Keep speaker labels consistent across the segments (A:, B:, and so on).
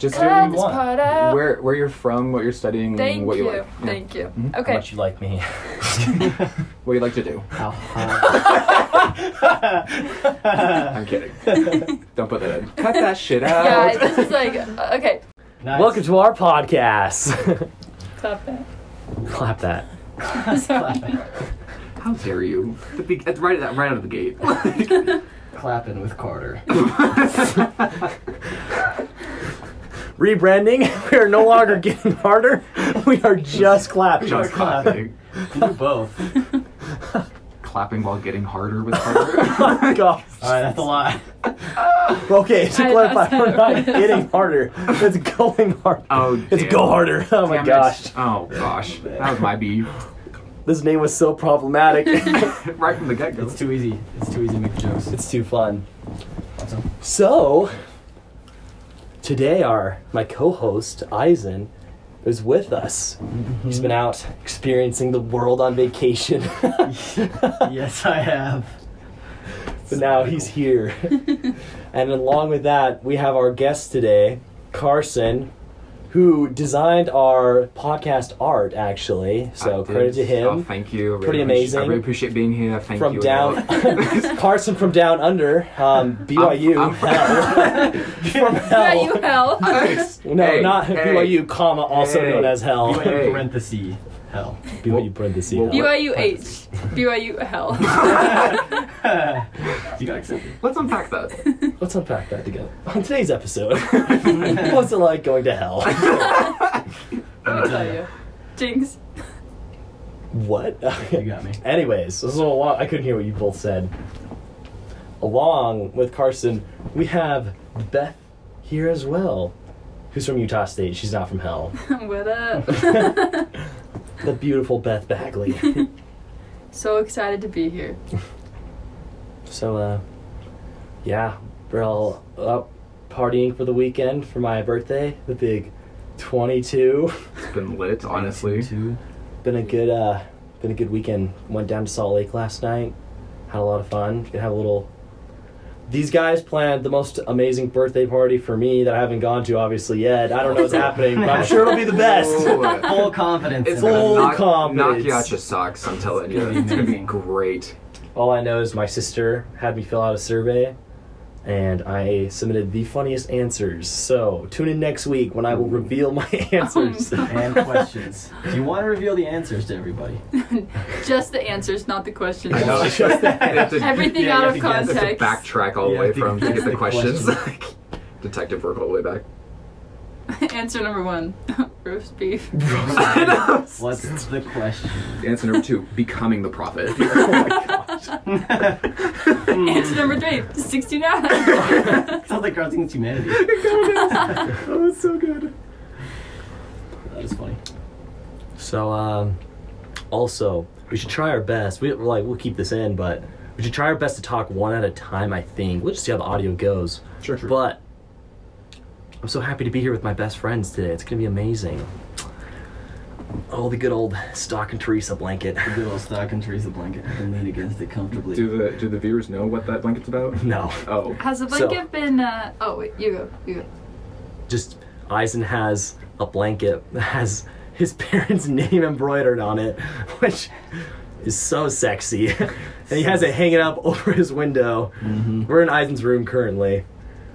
A: Just
B: Cut
A: whatever you
B: this
A: want.
B: part out.
A: Where where you're from, what you're studying,
B: Thank
A: what
B: you.
A: you like. Yeah.
B: Thank you.
A: Mhm.
B: Okay.
C: How much you like me?
A: What you like to do.
C: How
D: uh,
C: high?
A: I'm kidding. Don't put that in. Cut that shit out.
B: Yeah, this is like okay.
C: Nice. Welcome to our podcast.
B: Stop that.
C: Clap that.
B: Sorry.
A: How dare you? The big, at- right, at- right out of the gate.
D: Clapping with Carter.
C: Rebranding. We are no longer getting harder. We are just clapping.
A: Just clapping.
D: You both.
A: clapping while getting harder with
C: Oh
A: harder.
C: Gosh.
D: Alright, that's a lot.
C: Okay, to
B: I-
C: clarify,
B: that's not
C: we're not
B: right.
C: getting harder. It's going harder.
A: Oh,
C: It's
A: damn.
C: go harder. Oh my
A: Damn it.
C: gosh.
A: Oh gosh. That was my B.
C: This name was so problematic.
A: right from the get go.
D: It's too easy. It's too easy to make jokes.
C: it's too fun.
D: Awesome.
C: So, today our my co-host Eisen is with us.
A: Mm-hmm.
C: He's been out experiencing the world on vacation,
D: Yes, I have.
C: but now he's here. and along with that, we have our guest today, Carson, who designed our podcast art. Actually, so
A: I did.
C: credit to him.
A: Oh, thank you. I really
C: Pretty
A: appreci-
C: amazing.
A: I really appreciate being here. Thank
C: from
A: you.
C: down Carson from down under um, BYU.
A: I'm from-
C: hell. From
B: Yeah, you
C: hell.
B: hell.
C: No,
A: Hey,
C: not
A: hey.
C: BYU, comma also
A: Hey.
C: known as hell.
D: You
A: Hey.
D: in parentheses. Hell.
C: BYU parentheses.
A: Well,
C: hell.
B: BYU H. BYU hell.
D: you got accepted.
A: Let's unpack that.
C: Let's unpack that together on today's episode. What's it like going to hell?
D: Let me tell you.
B: you. Jinx.
C: what?
D: You got me.
C: Anyways, this is a lot. I couldn't hear what you both said. Along with Carson, we have Beth here as well, who's from Utah State. She's not from hell.
B: what up?
C: The beautiful Beth Bagley.
B: so excited to be here.
C: So, uh, yeah, we're all up partying for the weekend for my birthday, the big 22.
A: It's been lit, honestly.
D: Two.
C: been a good, uh, been a good weekend. Went down to Salt Lake last night, had a lot of fun. Gonna have a little. These guys planned the most amazing birthday party for me that I haven't gone to, obviously yet. I don't know what's happening, but I'm sure it'll be the best.
A: Oh,
D: Full confidence.
A: It's
D: in
A: gonna
C: Full
D: us.
A: knock,
C: confidence.
A: knock you out your socks. I'm telling you,
D: It's gonna be
A: it's gonna be
D: amazing.
A: great.
C: All I know is my sister had me fill out a survey, and I submitted the funniest answers. So tune in next week when I will reveal my answers.
B: no.
D: And questions. Do you want to reveal the answers to everybody?
B: Just the answers, not the questions.
A: I know.
C: It's just that.
A: They have to-
B: Everything
D: Yeah, you
B: out
D: have
B: of
D: to guess.
A: It's a
B: context.
A: backtrack all the
D: Yeah,
A: way
D: the-
A: from to get
D: the
A: the questions.
D: question.
A: Like, Detective work all the way back.
B: Answer number one: roast beef.
A: I know.
D: What's the question?
A: Answer number two: becoming the prophet. Oh
B: Answer number three: sixty-nine.
D: Sounds like Cards Against Humanity.
C: oh, it's so good.
D: That is funny.
C: So, um, also, we should try our best. We, we're like, we'll keep this in, but we should try our best to talk one at a time, I think. We'll just see how the audio goes.
A: Sure, sure.
C: But I'm so happy to be here with my best friends today. It's going to be amazing. Oh, the good old stock and Teresa blanket.
D: The good old stock and Teresa blanket. I can lean against it comfortably.
A: do the do the viewers know what that blanket's about?
C: No.
A: Oh,
B: Has the
C: So-
B: blanket been? Uh, oh wait, you go. You go.
C: just Eisen has a blanket that has his parents' name embroidered on it, which is so sexy. and he has it hanging up over his window.
D: Mm-hmm.
C: We're in Eisen's room currently,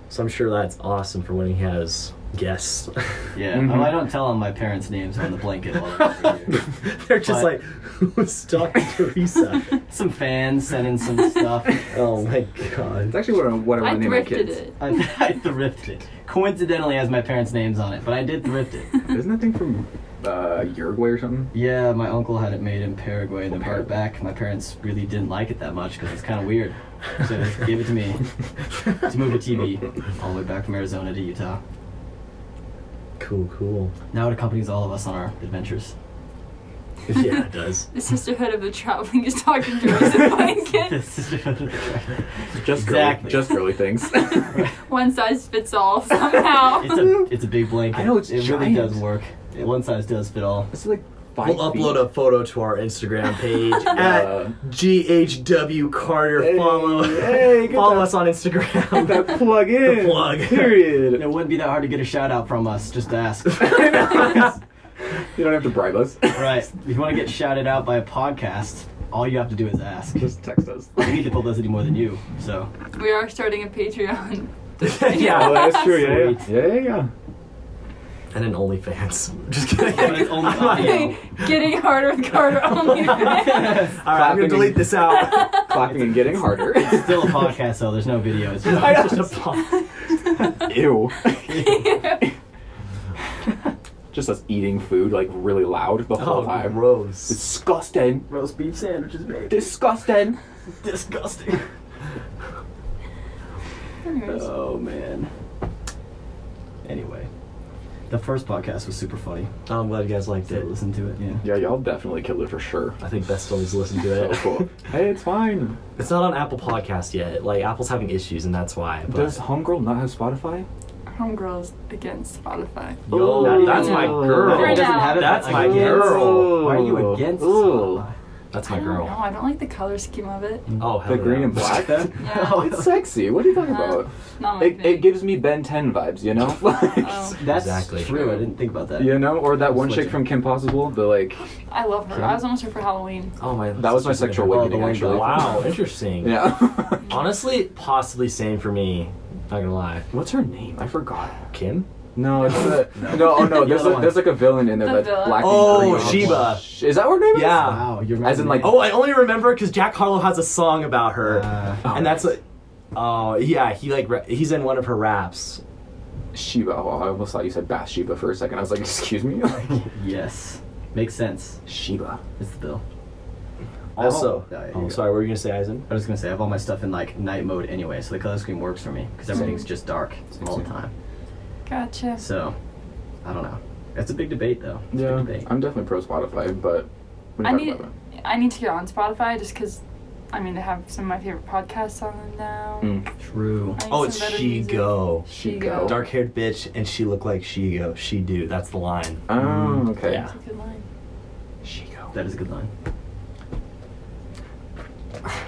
C: so I'm sure that's awesome for when he has guests.
D: Yeah,
A: Mhm.
C: Mm-hmm.
D: well, I don't tell them my parents' names on the blanket. While I'm over here.
C: They're just
D: But-
C: like, who's talking Teresa?
D: some fans sending some stuff.
C: oh my
A: it's
C: god.
A: actually what I, what I
B: I
A: want to name my
B: thrifted
A: kids.
B: it.
D: I, I thrifted it. Coincidentally, has my parents' names on it, but I did thrift it.
A: Isn't that thing from uh, Uruguay or something?
D: Yeah, my uncle had it made in Paraguay and then brought it
A: Paraguay.
D: back. My parents really didn't like it that much because it's kind of weird. So they gave it to me to move a TV all the way back from Arizona to Utah.
C: Cool, cool.
D: Now it accompanies all of us on our adventures.
C: Yeah, it does.
B: The sisterhood of the traveling is talking to us in blanket.
A: Just
D: Exactly.
A: girly, just girly things.
B: One size fits all somehow.
D: It's a it's a big blanket.
A: I know, it's
D: it really does
A: giant.
D: work. It- One size does fit all.
A: it's like five
C: We'll
A: feet.
C: upload a photo to our Instagram page
A: Yeah.
C: at GHW Carter.
E: Hey,
C: follow
E: hey, get
C: follow
E: that-
C: us on Instagram.
E: That plug in.
C: The plug.
E: Period.
D: It wouldn't be that hard to get a shout out from us. Just ask.
A: You don't have to bribe us.
D: right. If you want to get shouted out by a podcast, all you have to do is ask. We
E: Just text us.
D: need the publicity more than you. So
B: We are starting a Patreon.
E: Oh,
C: yeah,
E: that's true. Yeah, yeah.
D: Sweet.
E: yeah, yeah, yeah.
C: and an OnlyFans. Just kidding.
D: But it's only audio.
B: Getting harder with Carter only.
C: All right, I'm gonna
A: Clapping.
C: delete this out.
A: Clapping and getting harder.
D: it's still a podcast though. There's no video. It's
C: It's
D: just,
C: just a pop.
A: Ew. Just us eating food like really loud the whole
C: Oh,
A: time.
C: gross.
A: Disgusting.
D: roast beef sandwiches, baby.
A: Disgusting.
D: disgusting.
B: Anyways,
D: Oh man. Anyway, the first podcast was super funny.
C: I'm glad you guys liked
D: Did
C: it.
D: listen to it? Yeah.
A: Yeah, y'all definitely killed it for sure.
C: I think Best still needs to listen to
A: So
C: it.
A: cool. Hey, it's fine.
C: It's not on Apple Podcast yet. Like Apple's having issues, and that's why. But
A: Does Homegirl not have Spotify?
B: Homegirls against Spotify.
C: Yo,
A: Ooh.
C: that's my
A: Ooh.
D: If it
B: Right
C: girl.
B: now.
D: doesn't have it,
C: That's
D: but
C: my
D: against-
A: Oh.
C: girl.
D: Why are you against?
A: Ooh.
D: Spotify?
B: I
C: That's my
B: don't know.
C: girl.
B: I don't like the color scheme of it.
C: Oh, hell
A: The green
C: yeah.
A: and black?
B: Yeah.
D: Oh,
A: It's sexy. What are you talking
B: Uh,
A: about?
B: Not
C: Oh,
B: my
A: It,
B: thing.
A: it gives me Ben 10 vibes, you know? Like,
B: Oh,
D: That's
C: Exactly.
D: true. I didn't think about that.
A: You know, or that one
D: Switch
A: chick
D: it.
A: from Kim Possible, the like,
B: I love her. I was almost her for Halloween.
C: Oh my.
A: that was my
C: sister's
A: sexual
C: gonna-
D: Oh, the
A: awakening
D: one
A: actually.
D: girl.
C: Wow, interesting.
A: Yeah.
C: Honestly, possibly same for me. Not gonna lie.
A: What's her name? I forgot.
C: Kim?
A: No, it's the, no. oh no, there's,
D: other
A: a,
D: one.
A: there's like a villain in there
B: The
A: that's
B: villain.
A: black
C: Oh,
A: and green.
C: Sheba.
A: Sh- Is that what her name is?
C: Yeah.
D: Wow, you're
A: As in, like-
C: Oh, I only remember because Jack Harlow has a song about her,
D: Uh,
C: and that's like, oh yeah, he like ra- he's in one of her raps.
A: Sheba. Oh, I almost thought you said Bathsheba for a second. I was like, excuse me?
C: oh.
D: yes, makes sense.
A: Sheba.
D: It's the bill.
C: Also,
D: Oh, yeah, yeah,
C: oh,
D: yeah.
C: sorry, what were you gonna say, Eisen?
D: I was gonna say I have all my stuff in like night mode anyway, so the color scheme works for me because everything's just dark all the
A: same.
D: time.
B: Gotcha.
D: So, I don't know. That's a big debate though. It's a
A: Yeah.
D: big debate.
A: I'm definitely pro Spotify, but what are
B: I
A: you
B: need
A: talking about?
B: I need to get on Spotify just because I mean they have some of my favorite podcasts on them now.
A: Mm.
D: True.
B: I need
C: Oh,
B: some
C: it's
B: better
C: She
B: music.
C: Go.
B: She
A: She-Go.
B: go.
C: Dark haired bitch, and she looked like she go. She do. That's the line.
A: Oh, okay.
C: Yeah.
B: That's a good line.
A: Shego.
D: That is a good line.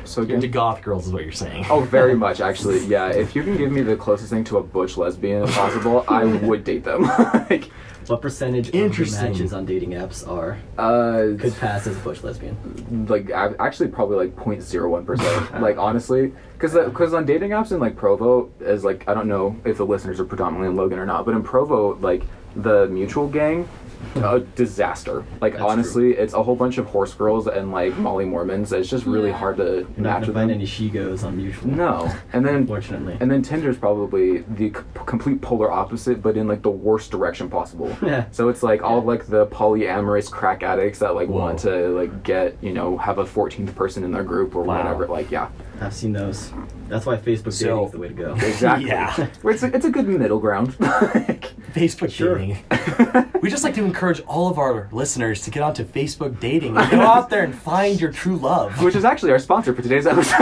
A: So
C: You're into
A: again,
C: goth girls, is what you're saying.
A: Oh, very much actually. Yeah, if you can give me the closest thing to a butch lesbian as possible, I would date them. like,
D: What percentage of the
C: Interesting.
D: matches on dating apps are
A: uh,
D: could pass as butch lesbian?
A: like a- actually probably like 0.01 percent. like honestly, because because on dating apps in like Provo is like I don't know if the listeners are predominantly in Logan or not, but in Provo like the mutual gang. A disaster. Like
D: That's
A: honestly, it's a whole bunch of horse girls and like Molly Mormons. It's just really
B: Yeah.
A: hard to
D: You're
A: match
D: not gonna
A: with
D: find
A: them.
D: any she goes on mutual.
A: No, and then
D: Unfortunately.
A: And then Tinder's probably the c- complete polar opposite, but in like the worst direction possible.
D: Yeah.
A: So it's like all of like the polyamorous crack addicts that like
C: Whoa.
A: want to like get you know have a fourteenth person in their group or
C: Wow.
A: whatever. Like yeah,
D: I've seen those. That's why Facebook
C: So-
D: dating is the way to go.
A: exactly.
C: Yeah.
A: It's a, it's a good middle ground.
C: Facebook
D: Sure.
C: dating. we just like to encourage all of our listeners to get onto Facebook dating and go out there and find your true love.
A: Which is actually our sponsor for today's episode.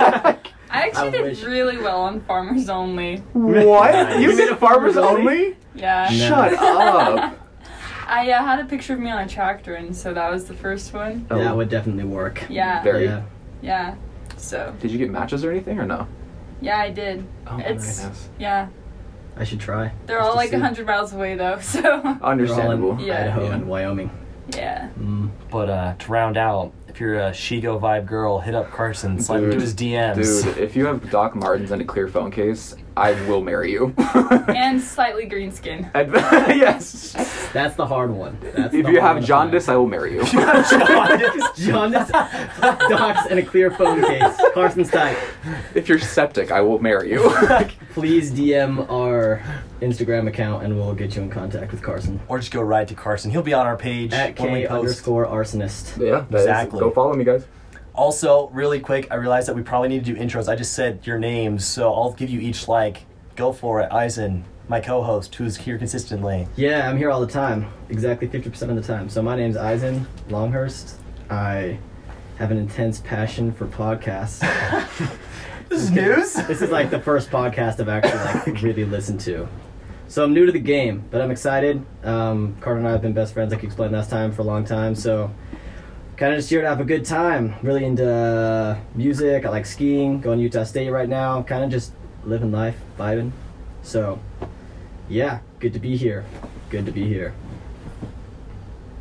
B: I actually
D: I
B: did
D: wish-
B: really well on Farmers Only.
A: what? You
D: Really?
A: did farmers only?
B: Yeah.
D: No.
A: Shut up.
B: I uh, had a picture of me on a tractor, and so that was the first one.
A: Oh.
D: That would definitely work.
B: Yeah.
A: Very-
D: Yeah.
B: Yeah. So
A: Did you get matches or anything or no?
B: yeah, I did.
A: Oh,
B: It's-
A: very nice.
B: Yeah.
D: I should try.
B: They're
D: Just
B: all
D: to
B: like
D: see.
B: 100 miles away though. So
D: They're all in
A: Understandable.
B: Yeah.
D: Idaho and Wyoming.
B: yeah.
D: Mm.
C: But uh, to round out, if you're a Shigo vibe girl, hit up Carson, slide into
A: Dude.
C: his DMs.
A: Dude, if you have Doc Martens and a clear phone case, I will marry you.
B: And slightly green skin.
A: Ad- yes.
D: That's the hard one. That's
A: If
D: the
A: you
D: hard
A: have
D: one to
A: jaundice,
D: find.
A: I will marry you.
D: jaundice, docs, and a clear phone case. Carson's type.
A: if you're septic, I will marry you.
D: Please DM our Instagram account and we'll get you in contact with Carson.
C: Or just go ride to Carson. He'll be on our page
D: At
C: when we
D: K
C: post.
D: underscore arsonist.
A: yeah, that is-
C: Exactly.
A: Go follow me, guys.
C: Also, really quick, I realized that we probably need to do intros. I just said your names, so I'll give you each like. Go for it, Eisen, my co-host, who's here consistently.
D: Yeah, I'm here all the time. Exactly 50% of the time. So my name's Eisen Longhurst. I have an intense passion for podcasts.
C: This is news.
D: this is like the first podcast I've actually like really listened to. So I'm new to the game, but I'm excited. Um, Carter and I have been best friends, like you explained last time, for a long time. So kind of just here to have a good time. Really into uh, music. I like skiing. Going to Utah State right now. Kind of just living life, vibing. So yeah, good to be here. Good to be here.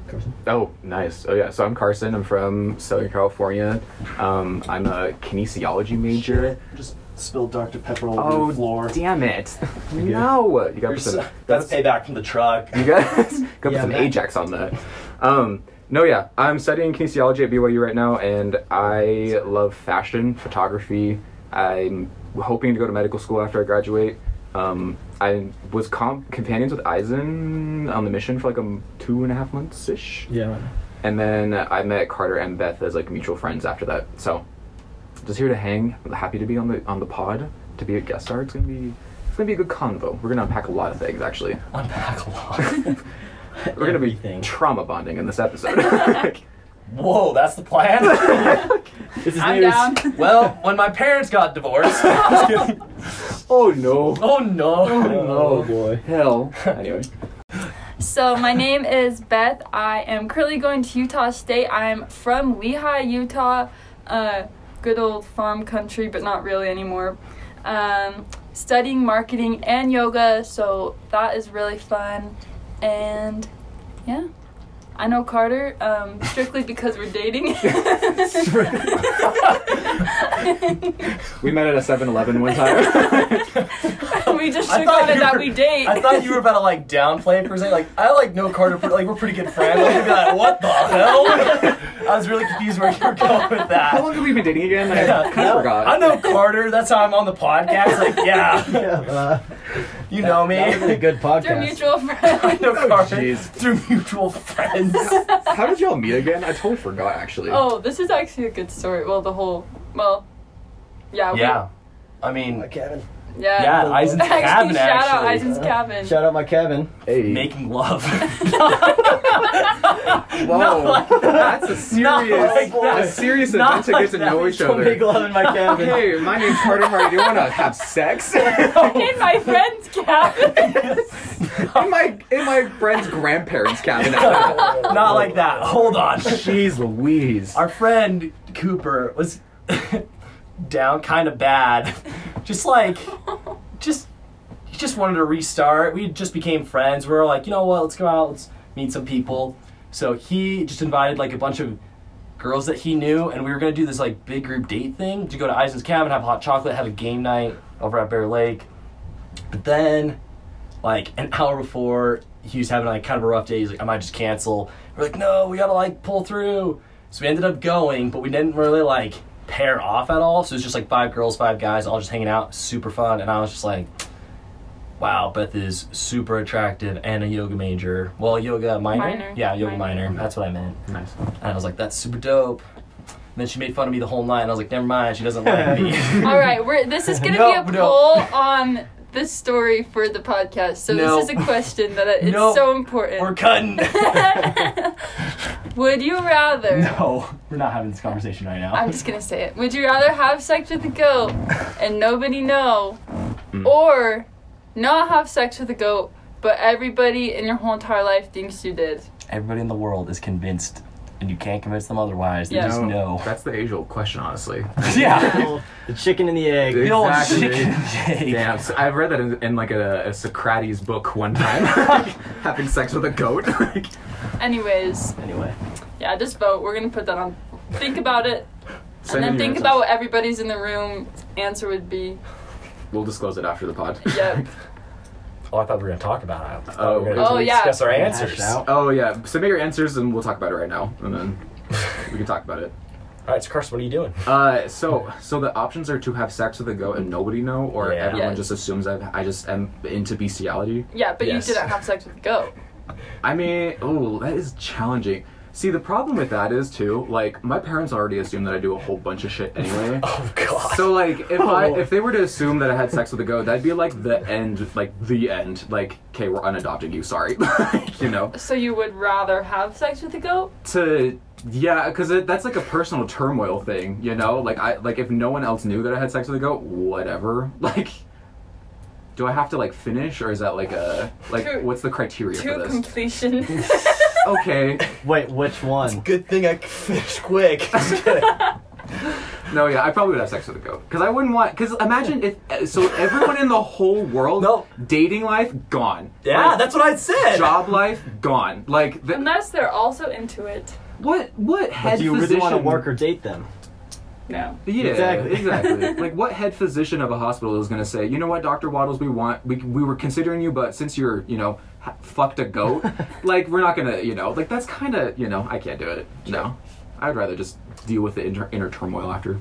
D: Carson?
A: Oh, nice. Oh, yeah. So I'm Carson. I'm from Southern California. Um, I'm a kinesiology major.
C: Just spilled Dr. Pepper all
A: Oh,
D: Oh,
C: over the floor.
A: damn it! No, you
C: You're
A: got
C: so-
A: some.
C: that's payback from the truck.
A: You guys got
D: Yeah,
A: some
D: man.
A: Ajax on that. Um, no, yeah, I'm studying kinesiology at BYU right now, and I love fashion, photography. I'm hoping to go to medical school after I graduate. Um, I was comp- companions with Eisen on the mission for like um, two and a half months ish,
D: Yeah.
A: and then I met Carter and Beth as like mutual friends after that. So, just here to hang. I'm happy to be on the on the pod to be a guest star. It's gonna be it's gonna be a good convo. We're gonna unpack a lot of things actually.
C: Unpack a lot.
A: We're gonna be
D: Everything.
A: trauma bonding in this episode.
C: Whoa, that's the plan?
D: This is
B: I'm
D: news.
B: down.
C: well, when my parents got divorced. Just kidding.
A: oh no!
C: oh no.
D: Oh boy.
A: Hell. Anyway,
B: So my name is Beth. I am currently going to Utah State. I'm from Lehi, Utah, uh, good old farm country, but not really anymore. Um, studying marketing and yoga, so that is really fun. And yeah, I know Carter um, strictly because we're dating.
A: we met at a 7-Eleven one time.
B: we just
C: I
B: shook
C: thought
B: on it
C: you
B: that
C: were-
B: we date.
C: I thought you were about to like downplay for a second. Like I like know Carter, but like we're pretty good friends. Like, you'd be like, what the hell? I was really confused where you were going with that.
A: How long have we been dating again? I
C: Yeah.
A: kind of forgot.
C: I know Carter. That's how I'm on the podcast. Like, yeah,
D: Yeah, uh,
C: you know me.
D: that would've been a good podcast.
B: They're mutual
C: I
B: friends.
C: know Carter
A: Oh, jeez.
C: through mutual friends.
A: How did y'all meet again? I totally forgot actually.
B: Oh, this is actually a good story. Well, the whole, well, yeah, we-
C: yeah, I mean,
D: My cabin.
B: yeah,
C: yeah, Eisen's
B: actually,
C: cabin
B: shout out
C: actually.
B: Eisen's cabin.
D: Shout out my cabin.
A: Hey.
C: making love.
A: Whoa. that's a serious,
C: Not like that.
A: a serious
C: Not
A: event to
C: like
A: get to
C: that.
A: know each
D: Don't make
A: other.
D: love in my cabin.
A: Hey, my name's Carter Hart. Do you want to have sex?
B: In my friend's cabin.
A: in my in my friend's grandparents' cabin. actually.
C: Not like that. Hold on.
A: Jeez Louise.
C: Our friend Cooper was down, kind of bad. Just like, just he just wanted to restart. We just became friends. We were like, you know what? Let's go out. Let's meet some people. So he just invited like a bunch of girls that he knew, and we were gonna do this like big group date thing to go to Eisen's cabin, have hot chocolate, have a game night over at Bear Lake. But then, like an hour before, he was having like kind of a rough day. He's like, I might just cancel. We're like, no, we gotta like pull through. So we ended up going, but we didn't really like pair off at all. So it was just like five girls, five guys, all just hanging out, super fun. And I was just like, wow, Beth is super attractive and a yoga major. Well, yoga minor.
B: Minor.
C: Yeah, yoga minor.
B: Minor.
C: That's what I meant.
A: Nice.
C: And I was like, that's super dope. And then she made fun of me the whole night, and I was like, never mind, she doesn't like me.
B: All right, we're, this is gonna
C: No,
B: be a
C: no.
B: poll on this story for the podcast. So
C: No.
B: this is a question that it's
C: No.
B: so important.
C: We're cutting.
B: Would you rather?
C: no, we're not having this conversation right now.
B: I'm just gonna say it. Would you rather have sex with a goat and nobody know,
A: Mm.
B: or not have sex with a goat but everybody in your whole entire life thinks you did?
C: Everybody in the world is convinced, and you can't convince them otherwise. They
B: Yeah.
C: just know.
A: That's the age old question, honestly.
C: yeah.
D: The chicken and the egg.
C: The old
A: Exactly.
C: chicken and egg.
A: Damn, so I've read that in, in like a, a Socrates book one time, having sex with a goat. like,
B: Anyways,
D: Anyway.
B: yeah, just vote. We're gonna put that on. Think about it,
A: send
B: and
A: in your
B: then think about
A: answers.
B: what everybody's in the room answer would be.
A: We'll disclose it after the pod.
B: Yep.
C: Oh, I thought we were gonna talk about it. I thought we were
B: Oh.
C: gonna
B: Oh, yeah.
C: discuss our
D: Hashed
C: answers. All
D: out.
A: Oh yeah, submit your answers and we'll talk about it right now, and then we can talk about it.
C: right, so Carson, what are you doing?
A: Uh, so so the options are to have sex with a goat and nobody know, or
C: Yeah.
A: everyone
B: Yes.
A: just assumes I've, I just am into bestiality.
B: Yeah, but
C: Yes.
B: you didn't have sex with a goat.
A: I mean, oh, that is challenging. See, the problem with that is too, like my parents already assume that I do a whole bunch of shit anyway.
C: Oh God.
A: So like if I
C: Oh.
A: if they were to assume that I had sex with a goat, that'd be like the end, like the end. Like, okay, we're unadopting you. Sorry, Like, you know.
B: So you would rather have sex with a goat?
A: To yeah, because that's like a personal turmoil thing, you know. Like I like if no one else knew that I had sex with a goat, whatever. Like, do I have to like finish or is that like a like
B: To-
A: what's the criteria for
B: to
A: this?
B: completion.
A: okay.
D: Wait, which one?
F: Good thing I fish quick.
A: No, yeah, I probably would have sex with a goat because I wouldn't want. Because imagine if uh, so, everyone in the whole world,
C: No.
A: dating life gone,
C: Yeah,
A: Like,
C: that's what I said.
A: job life gone. Like th-
B: Unless they're also into it.
A: what? What head
D: Do you
A: physician?
D: really want to work or date them?
B: No.
A: Yeah,
D: Exactly.
A: exactly. exactly. like, what head physician of a hospital is going to say, you know what, Doctor Waddles, we want, we, we were considering you, but since you're, you know, ha- fucked a goat, like we're not gonna, you know, like that's kind of, you know, I can't do it. No, I'd rather just deal with the inter- inner turmoil after.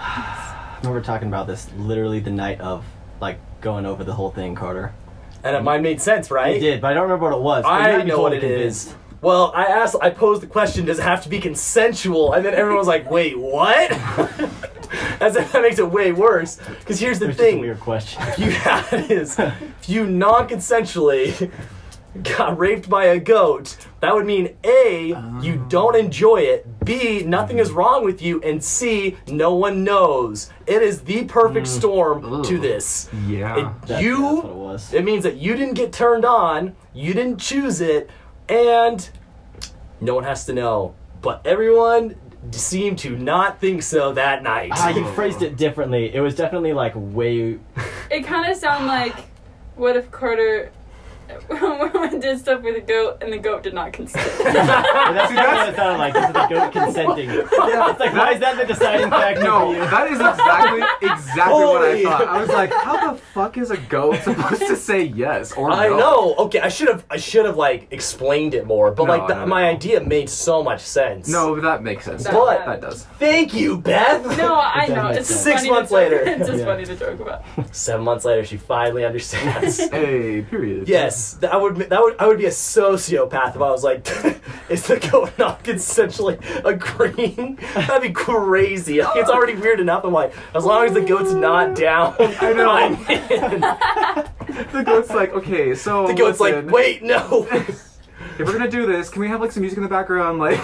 D: I remember talking about this literally the night of, like, going over the whole thing, Carter.
C: And it, mine made sense,
D: I
C: right?
D: did, but I don't remember what it was. but you
C: I
D: had me
C: know what it
D: totally
C: is.
D: convinced.
C: Well, I asked, I posed the question, does it have to be consensual? And then everyone was like, wait, what? As if that makes it way worse. Because here's the
D: It was just a
C: thing.
D: weird question.
C: If you, yeah, it is. If you non consensually got raped by a goat, that would mean A, you
D: Oh.
C: don't enjoy it, B, nothing is wrong with you, and C, no one knows. It is the
D: Mm.
C: perfect storm to
A: Ugh.
C: this.
A: yeah.
C: It-
D: That's-
C: you.
D: That's what it was.
C: It means that you didn't get turned on, you didn't choose it, and no one has to know. But everyone seemed to not think so that night.
D: Ah, you phrased it differently. It was definitely like way.
B: It kind of sound like what if Carter did stuff with a goat and the goat did not consent.
D: But that's kind of what it sounded like. This is the goat consenting.
C: Oh
D: It's like, why is that the deciding factor
A: No,
D: for you?
A: that is exactly exactly what I
C: Holy.
A: thought. I was like, how the fuck is a goat supposed to say yes or
C: I
A: no?
C: know. Okay, I should have. I should have like explained it more. But
A: No,
C: like, the,
A: no, no.
C: my idea made so much sense.
A: No, but that makes sense.
B: That-
A: But that does.
C: Thank you, Beth.
B: no, I know.
D: makes
B: It's just
C: sense. Six
B: funny to
C: months
B: joke-
C: later.
B: it's just
D: Yeah.
B: funny to joke about.
C: Seven months later, she finally understands.
A: Hey, period.
C: yes, that would. That would. I would be a sociopath if I was like, is the goat not consensually agreeing? That'd be crazy. Like, it's already weird enough. I'm like, as long as the goat's not down, I
A: know.
C: am in.
A: The goat's like, okay, so
C: The goat's like,
A: listen.
C: wait, no.
A: if we're gonna do this, can we have like some music in the background, like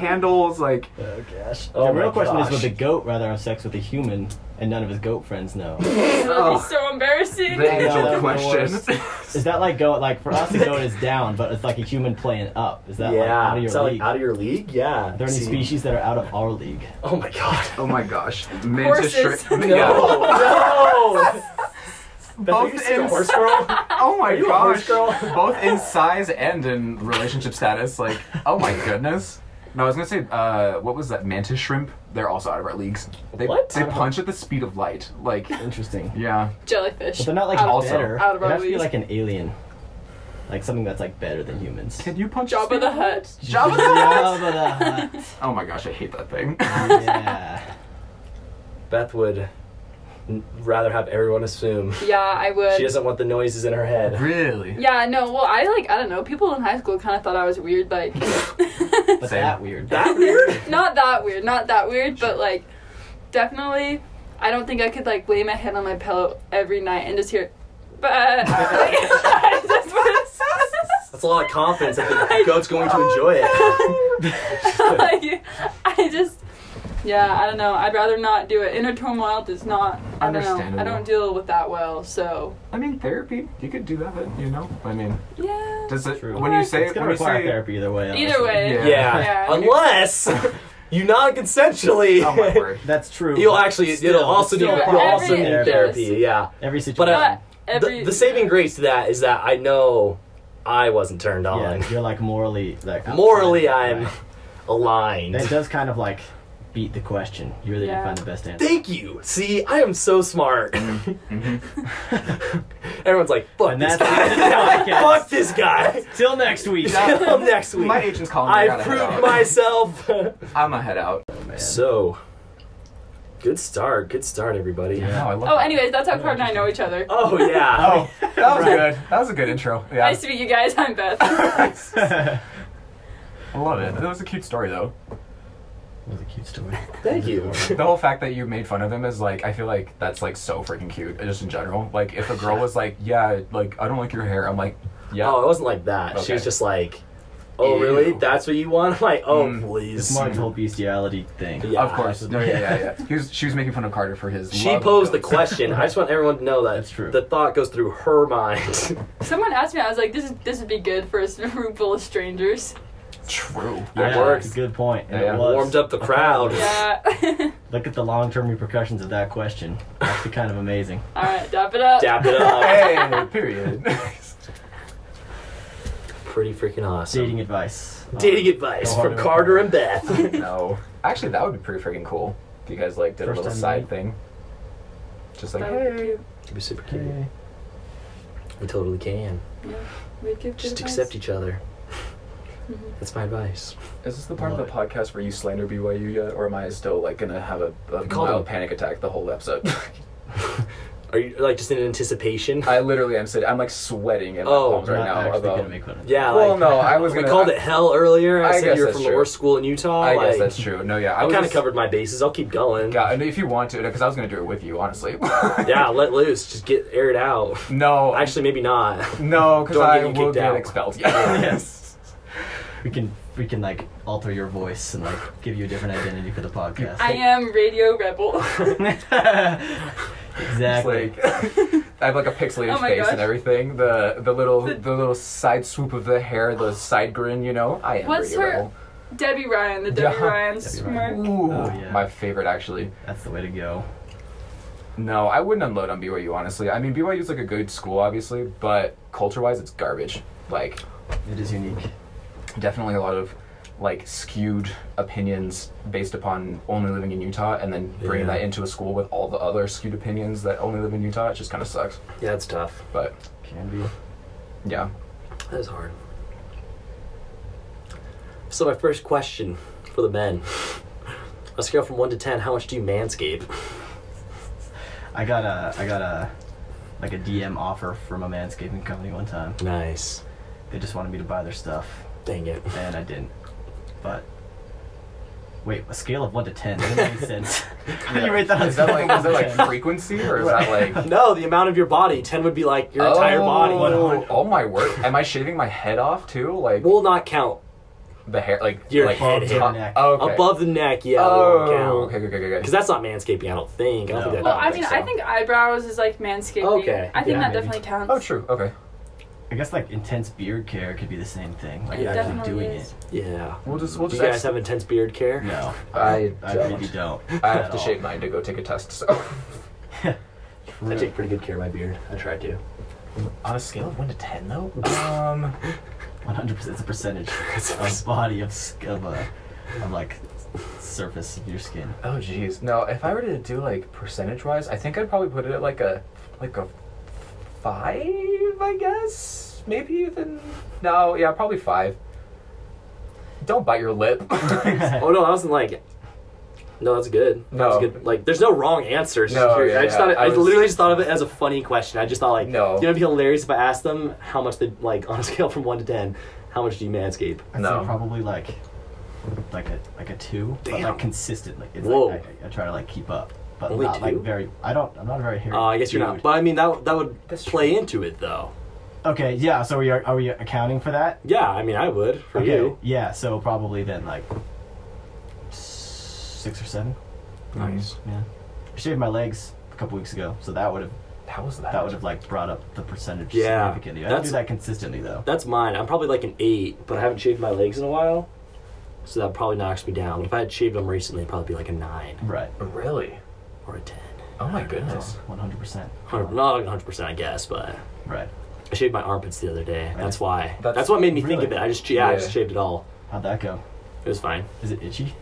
A: candles, like
C: oh gosh.
D: the real question is would the goat rather have sex with a human and none of his goat friends know?
B: That'd
A: Oh.
B: be so embarrassing.
A: the
D: that
A: angel
D: would be
A: question?
D: Is that like goat? Like for us, the goat is down, but it's like a human playing up. Is that like
C: yeah,
D: out of your
C: Is that, like,
D: league?
C: out of your league? Yeah.
D: Are there any
C: See.
D: species that are out of our league?
C: Oh my god.
A: oh my gosh, mantis
B: Horses.
A: shrimp.
C: No,
A: Yeah.
C: no.
A: Both
C: Beth, are you
A: in-
C: a horse girl?
A: Oh my
C: you a horse
A: gosh,
C: girl?
A: both in size and in relationship status. Like, oh my goodness. No, I was gonna say, uh, what was that? Mantis shrimp. They're also out of our leagues. They,
C: What?
A: They punch at the speed of light. Like,
D: Interesting.
A: yeah.
B: Jellyfish.
D: But they're not like
B: Out of-
A: Also-
D: better.
B: out of
D: It'd
B: our
D: have to be
B: league.
D: like an alien, like something that's like better than humans.
A: Can you punch?
B: Jabba the Hutt.
A: Jabba the Hutt.
D: Jabba the Hutt.
A: Oh my gosh, I hate that thing.
D: Yeah.
C: Beth would n- rather have everyone assume
B: Yeah, I would.
C: she doesn't want the noises in her head.
A: really?
B: yeah, no. Well, I like I don't know. People in high school kind of thought I was weird. Like,
D: But
A: Same.
D: that weird.
C: That weird?
B: not that weird, not that weird, but like, definitely, I don't think I could like lay my head on my pillow every night and just hear, but I just want
C: That's a lot of confidence that the goat's going to enjoy it.
B: to. like, I just. Yeah, I don't know. I'd rather not do it. Inner turmoil does not. I don't know. I
A: Understandable.
B: don't deal with that well, so
A: I mean, therapy. You could do that, you know. I mean,
B: yeah.
A: does it
D: True.
A: when you say
D: it's gonna
A: when you
D: require
A: say
D: therapy either way.
B: Either
D: honestly.
B: way,
A: Yeah.
C: Yeah.
B: Yeah.
C: Unless you non consensually.
A: Oh my word.
D: That's true.
C: You'll actually,
D: Still,
C: it'll also need,
B: still,
C: you'll also
B: every-
C: need
B: yes.
C: therapy. Yeah.
D: every situation.
C: But, uh,
B: but every
C: The, the saving grace to that is that I know I wasn't turned on.
D: yeah, you're like morally like outside.
C: Morally, I'm
D: Right.
C: aligned.
D: That does kind of like beat the question. You really
B: Yeah.
D: didn't find the best answer.
C: Thank you. See, I am so smart.
A: Mm-hmm.
C: Everyone's like, fuck
D: And
C: this
D: that's
C: guy.
D: the podcast.
C: fuck this guy.
D: Till next week.
C: Till next week.
A: My agent's calling me. I
C: I've
A: gotta head
C: proved
A: out.
C: myself.
A: I'm a head out.
C: so, good start. Good start, everybody.
A: Wow, I love
B: oh,
A: that.
B: anyways, that's how Card and I know each other.
C: Oh, yeah.
A: That was good. That was a good intro. Yeah,
B: Nice to meet you guys. I'm Beth.
A: I
D: Oh.
A: love it. That was a cute story though.
D: was a cute story.
C: Thank you.
A: The whole fact that you made fun of him is like, I feel like that's like so freaking cute. Just in general, like if a girl was like, yeah, like I don't like your hair, I'm like, yeah,
C: Oh, it Oh, wasn't like that. She
A: Okay.
C: was just like, oh really?
A: Ew.
C: That's what you want? I'm like, oh
A: Mm.
C: please.
D: It's more like the whole bestiality thing.
C: Yeah,
A: of course. No, yeah, yeah, yeah. He was, she was making fun of Carter for his.
C: She
A: love of
C: posed the
A: goats.
C: question. I just want everyone to know that
D: That's true.
C: the thought goes through her mind.
B: Someone asked me, I was like, this is this would be good for a room full of strangers.
A: True.
C: it works.
D: Good point. And
A: Yeah.
D: it was.
C: Warmed up the crowd.
B: Yeah.
D: Look at the long-term repercussions of that question. That's kind of amazing.
B: All right, dap it up.
C: Dap it up.
A: Hey, period.
C: Pretty freaking awesome. Um,
D: Dating advice. Um,
C: Dating advice
D: Go
C: from
D: harder.
C: Carter and Beth.
A: no, actually, that would be pretty freaking cool. If you guys like did
D: First
A: a little
D: time
A: side
D: meet.
A: thing, just like
B: That would be
A: hey.
B: cute.
C: It'd be super cute.
D: Okay.
C: We totally can.
B: We could
C: Just
B: do
C: accept
B: this.
C: each other. That's my advice.
A: Is this the part of the podcast where you slander BYU yet, or am I still like gonna have a, a
C: Call
A: mild
C: them.
A: panic attack the whole episode?
C: Are you like just in anticipation?
A: I literally am sitting. I'm like sweating in my
C: Oh,
A: palms
D: We're
A: right
D: not
A: now.
D: actually
A: About,
D: gonna make fun of.
C: yeah.
A: well,
C: like,
A: no, I was
C: We
A: gonna.
C: called it hell earlier. I,
A: I
C: said
A: guess
C: you were
A: that's
C: from
A: true.
C: the worst school in Utah.
A: I guess
C: like,
A: that's true. No, yeah, I,
C: I,
A: was
C: kind of
A: just-
C: covered my bases. I'll keep going.
A: Yeah, and if you want to, because I was gonna do it with you, honestly.
C: yeah, let loose. Just get aired out.
A: No,
C: Actually, maybe not.
A: no, because
C: don't
A: I
C: get you
A: will
C: kicked
A: get
C: out.
A: expelled.
D: Yes. We can we can like alter your voice and like give you a different identity for the podcast.
B: I am Radio Rebel.
A: It's
D: exactly.
A: like I have like a pixelated
B: Oh my
A: face
B: gosh.
A: and everything. The the little the little side swoop of the hair, the side grin, you know. I am
B: What's
A: Brady
B: her-
A: Rebel.
B: Debbie Ryan, the Debbie
A: Yeah.
B: Ryan
D: Debbie
B: smirk.
D: Ryan.
A: Ooh,
D: Oh, yeah.
A: my favorite actually.
D: That's the way to go.
A: No, I wouldn't unload on BYU honestly. I mean BYU's like a good school obviously, but culture wise it's garbage. Like
D: It is unique.
A: definitely a lot of like skewed opinions based upon only living in Utah and then bringing
C: Yeah.
A: that into a school with all the other skewed opinions that only live in Utah, it just kind of sucks.
C: Yeah, it's tough.
A: But
D: Can be.
A: yeah.
C: That is hard. So my first question for the men. On a scale from one to ten, how much do you manscape?
D: I got a I got a like a DM offer from a manscaping company one time.
C: Nice.
D: They just wanted me to buy their stuff,
C: Dang it.
D: and I didn't. But wait, a scale of one to ten doesn't make any sense. How do you rate that? on a
A: Is that
D: scale
A: like
D: of
A: is that
D: one to
A: like
D: 10?
A: frequency or is that like
C: No, the amount of your body. Ten would be like your entire body.
A: Oh, all my work. Am I shaving my head off too? Like
C: Will not count.
A: the hair, like
C: Your
A: like,
C: head hair.
A: top- Oh, okay.
C: Above the neck, yeah,
A: Oh,
C: will count.
A: okay, okay, okay, okay.
C: Because that's not manscaping, I don't think. I don't
D: No.
C: think that
B: Well, I,
A: think
B: mean,
A: so.
B: I think eyebrows is like manscaping.
C: Okay,
B: I think
C: yeah,
B: that
D: maybe.
B: definitely counts.
A: Oh, true. Okay.
D: I guess like intense beard care could be the same thing. Like
C: It
D: actually
B: definitely
D: doing
B: is.
D: it.
C: Yeah.
A: We'll just we'll
C: Do
A: just.
C: you guys have intense beard care?
D: No,
A: I
D: I
A: don't.
D: really don't.
A: I
D: at
A: have to
D: all.
A: shave mine to go take a test. So
C: I take pretty good care of my beard. I try to.
A: on a scale of one to ten, though, um,
D: One hundred percent. It's a percentage
C: It's a
D: of body of s- of uh, of like surface of your skin.
A: oh jeez, no. If I were to do like percentage wise, I think I'd probably put it at like a like a five, I guess. Maybe even no, yeah, probably five. Don't bite your lip.
C: Oh no, I wasn't like. No, that's good. That was
A: No.
C: good. Like, there's no wrong answers.
A: No,
C: here.
A: yeah,
C: I just
A: yeah.
C: thought it, I,
A: I was-
C: literally just thought of it as a funny question. I just thought like,
A: No.
C: you know, it'd be hilarious if I asked them how much they like on a scale from one to ten, how much do you manscape?
D: I'd
A: No.
D: say probably like like a like a two, but
C: Damn.
D: like consistent. Like it's
C: Whoa.
D: like I, I try to like keep up, but
C: Only
D: not like
C: two?
D: very. I don't. I'm not a very hairy.
C: Uh, I guess you're not.
D: dude.
C: But I mean, that that would
A: That's
C: play into it though.
D: okay, yeah. So are we are, are we accounting for that?
C: Yeah, I mean, I would for
D: okay.
C: you.
D: Yeah. So probably then like six or seven.
C: Nice.
D: Yeah. I shaved my legs a couple weeks ago, so that would have
A: How was that?
D: that would have like brought up the percentage
C: Yeah,
D: significantly. I don't do
C: that's-
D: that consistently though.
C: That's mine. I'm probably like an eight, but I haven't shaved my legs in a while, so that probably knocks me down. But if I had shaved them recently, it'd probably be like a nine
D: Right.
A: Really?
C: or a ten.
A: Oh my goodness.
D: One hundred percent.
C: Hundred- Not 100, percent I guess, but
D: Right.
C: I shaved my armpits the other day. That's why. That's,
A: That's-
C: what made me think of
D: Really?
C: it. I just yeah, I
A: Yeah.
C: just shaved it all.
D: How'd that go?
C: It was fine.
D: Is it itchy?